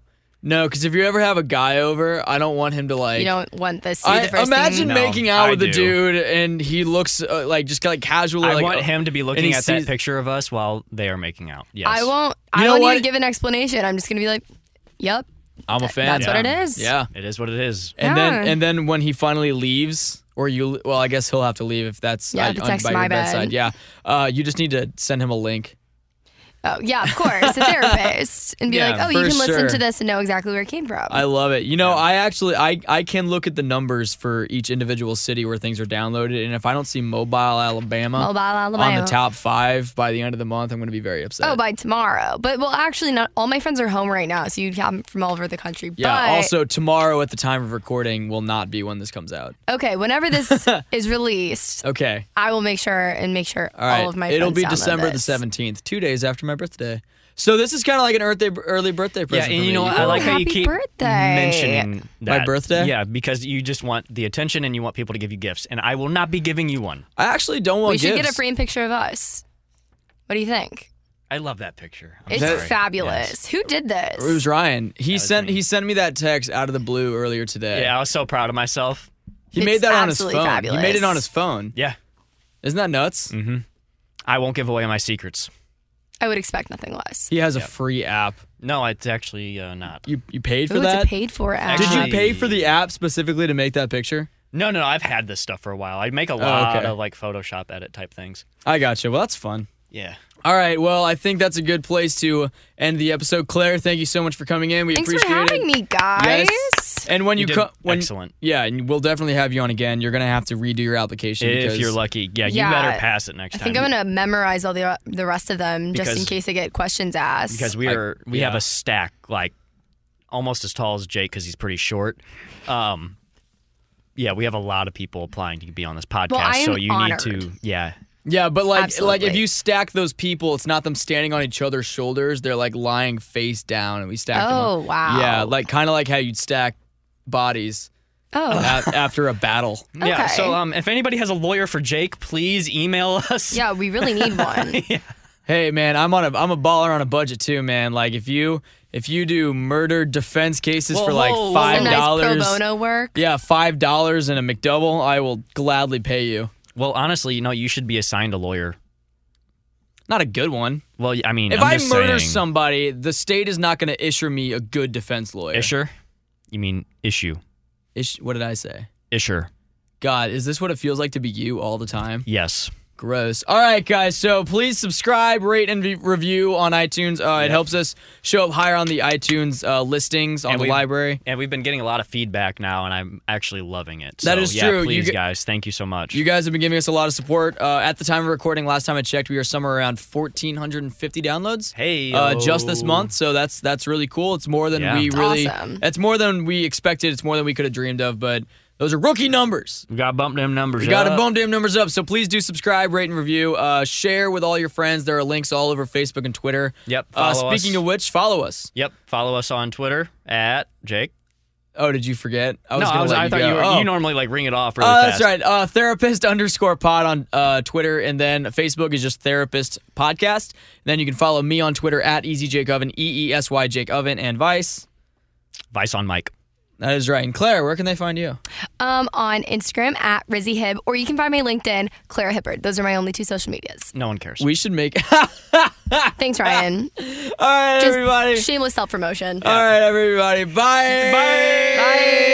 no, because if you ever have a guy over, I don't want him to like.
You don't want this to be
I
the first
imagine
thing.
No,
making out
I
with a
do.
dude and he looks uh, like just like casually.
I
like,
want
uh,
him to be
he
looking at
sees-
that picture of us while they are making out. Yes.
I won't. I
know
won't
what?
even give an explanation. I'm just gonna be like, "Yep,
I'm a fan.
that's
yeah.
what it is."
Yeah.
It is what it is.
And then
Yeah.
and then when he finally leaves, or you well, I guess he'll have to leave if that's
Yeah,
uh,
if it's
on-
next
by
to my
your
bed.
bedside. Yeah, uh, you just need to send him a link.
Oh yeah, of course, a therapist, and be
Yeah,
like, "Oh, you
for
can listen
sure.
to this and know exactly where it came from."
I love it. You know, I actually I I can look at the numbers for each individual city where things are downloaded, and if I don't see Mobile Alabama,
Mobile
on
Alabama.
the top five by the end of the month, I'm going to be very upset.
Oh, by tomorrow. But well, actually, not all my friends are home right now, so you have them from all over the country.
yeah.
But,
also, tomorrow at the time of recording will not be when this comes out.
okay. Whenever this is released,
Okay.
I will make sure and make sure all,
All right.
of my
It'll
friends
be
download
December the
this.
seventeenth, two days after my birthday. So this is kind of like an early early birthday
Yeah,
present.
and
for
you
me.
know what? I
Oh,
like how
happy
you keep
birthday.
mentioning
My
that.
birthday?
Yeah, because you just want the attention and you want people to give you gifts, and I will not be giving you one.
I actually don't want
We should get a
gifts.
frame picture of us. What do you think?
I love that picture. I'm
It's
sorry.
fabulous.
Yes.
Who did this?
It was Ryan. He
was
sent
me.
he sent me that text out of the blue earlier today.
Yeah, I was so proud of myself.
he made
It's
that on his phone.
absolutely
He made it
fabulous.
on his phone.
Yeah,
Isn't that nuts?
Mm. I won't give away my secrets.
I would expect nothing less.
He has a free app.
No, it's actually uh, not.
You you paid for
Ooh,
that?
it's a paid for ad.
Did you
Actually-
pay for the app specifically to make that picture?
No, no, no. I've had this stuff for a while. I make a lot
Oh, okay.
of like Photoshop edit type things.
I got you. Well, that's fun.
Yeah.
All right. Well, I think that's a good place to end the episode. Claire, thank you so much for coming in. We
Thanks for
appreciate
having
it.
me, guys.
Yes. And when you,
You did
co- when
excellent.
yeah, and we'll definitely have you on again. You're gonna have to redo your application
If
because
you're lucky, yeah, you
Yeah.
better pass it next
I
time.
think I'm gonna memorize all the the rest of them just in
Because-
case I get questions asked.
because we
I-
are we have
yeah.
a stack like almost as tall as Jake because he's pretty short. Um, yeah, we have a lot of people applying to be on this podcast,
I am
so you
honored.
need to yeah.
Yeah, but like like if
Absolutely.
you stack those people, it's not them standing on each other's shoulders. They're like lying face down, and we stack them.
Oh,
up.
wow.
Yeah, like kind of like how you'd stack bodies
oh,
a- after a battle.
Yeah,
Okay.
so um, if anybody has a lawyer for Jake, please email us.
yeah, we really need one.
hey man, I'm on a I'm a baller on a budget too, man. Like if you if you do murder defense cases for like
Whoa, whoa, whoa.
five
Some nice pro
dollars,
bono work.
yeah, five dollars and a McDouble, I will gladly pay you.
Well, honestly, you know, you should be assigned a lawyer.
Not a good one.
Well, I mean,
If
I'm
i
just
murder
saying,
somebody, the state is not going to issue me a good defense lawyer.
Isher, you mean issue,
Ish- what did I say?
Isher?
God, is this what it feels like to be you all the time?
Yes.
Gross. All right, guys. So please subscribe, rate, and re- review on iTunes. Uh, It helps us show up higher on the iTunes uh, listings on
And
the
we-
library.
And we've been getting a lot of feedback now, and I'm actually loving it.
That
So,
is
yeah,
true. You
Please,
g-
guys, thank you so much.
You guys have been giving us a lot of support. Uh, at the time of recording, last time I checked, we were somewhere around 1,450 downloads.
hey,
Uh, just this
yo.
month, so that's that's really cool. It's more than
Yeah.
we
It's
really.
awesome.
It's more than we expected. It's more than we could have dreamed of. But those are rookie numbers.
we got to bump them numbers.
We got to
up.
bump damn numbers up. So please do subscribe, rate, and review. Uh, share with all your friends. There are links all over Facebook and Twitter.
Yep,
Uh,
follow us.
speaking of which, follow us.
Yep. Follow us on Twitter at Jake.
Oh, did you forget? I
no,
gonna
I, was,
let
I thought
go.
you were.
Oh.
You normally like ring it off really
Uh,
fast.
that's right. Uh, therapist underscore pod on uh, Twitter, and then Facebook is just therapist podcast. And then you can follow me on Twitter at easy Jake Oven, E E S Y Jake Oven, and Vice.
Vice on Mike.
That is right. And Claire, where can they find you?
Um, on Instagram at Rizzy Hib, or you can find my LinkedIn, Clara Hibbard. Those are my only two social medias.
No one cares.
We should make. all
Thanks, Ryan.
right, everybody.
Shameless self promotion.
all right, everybody. Bye.
Bye.
Bye.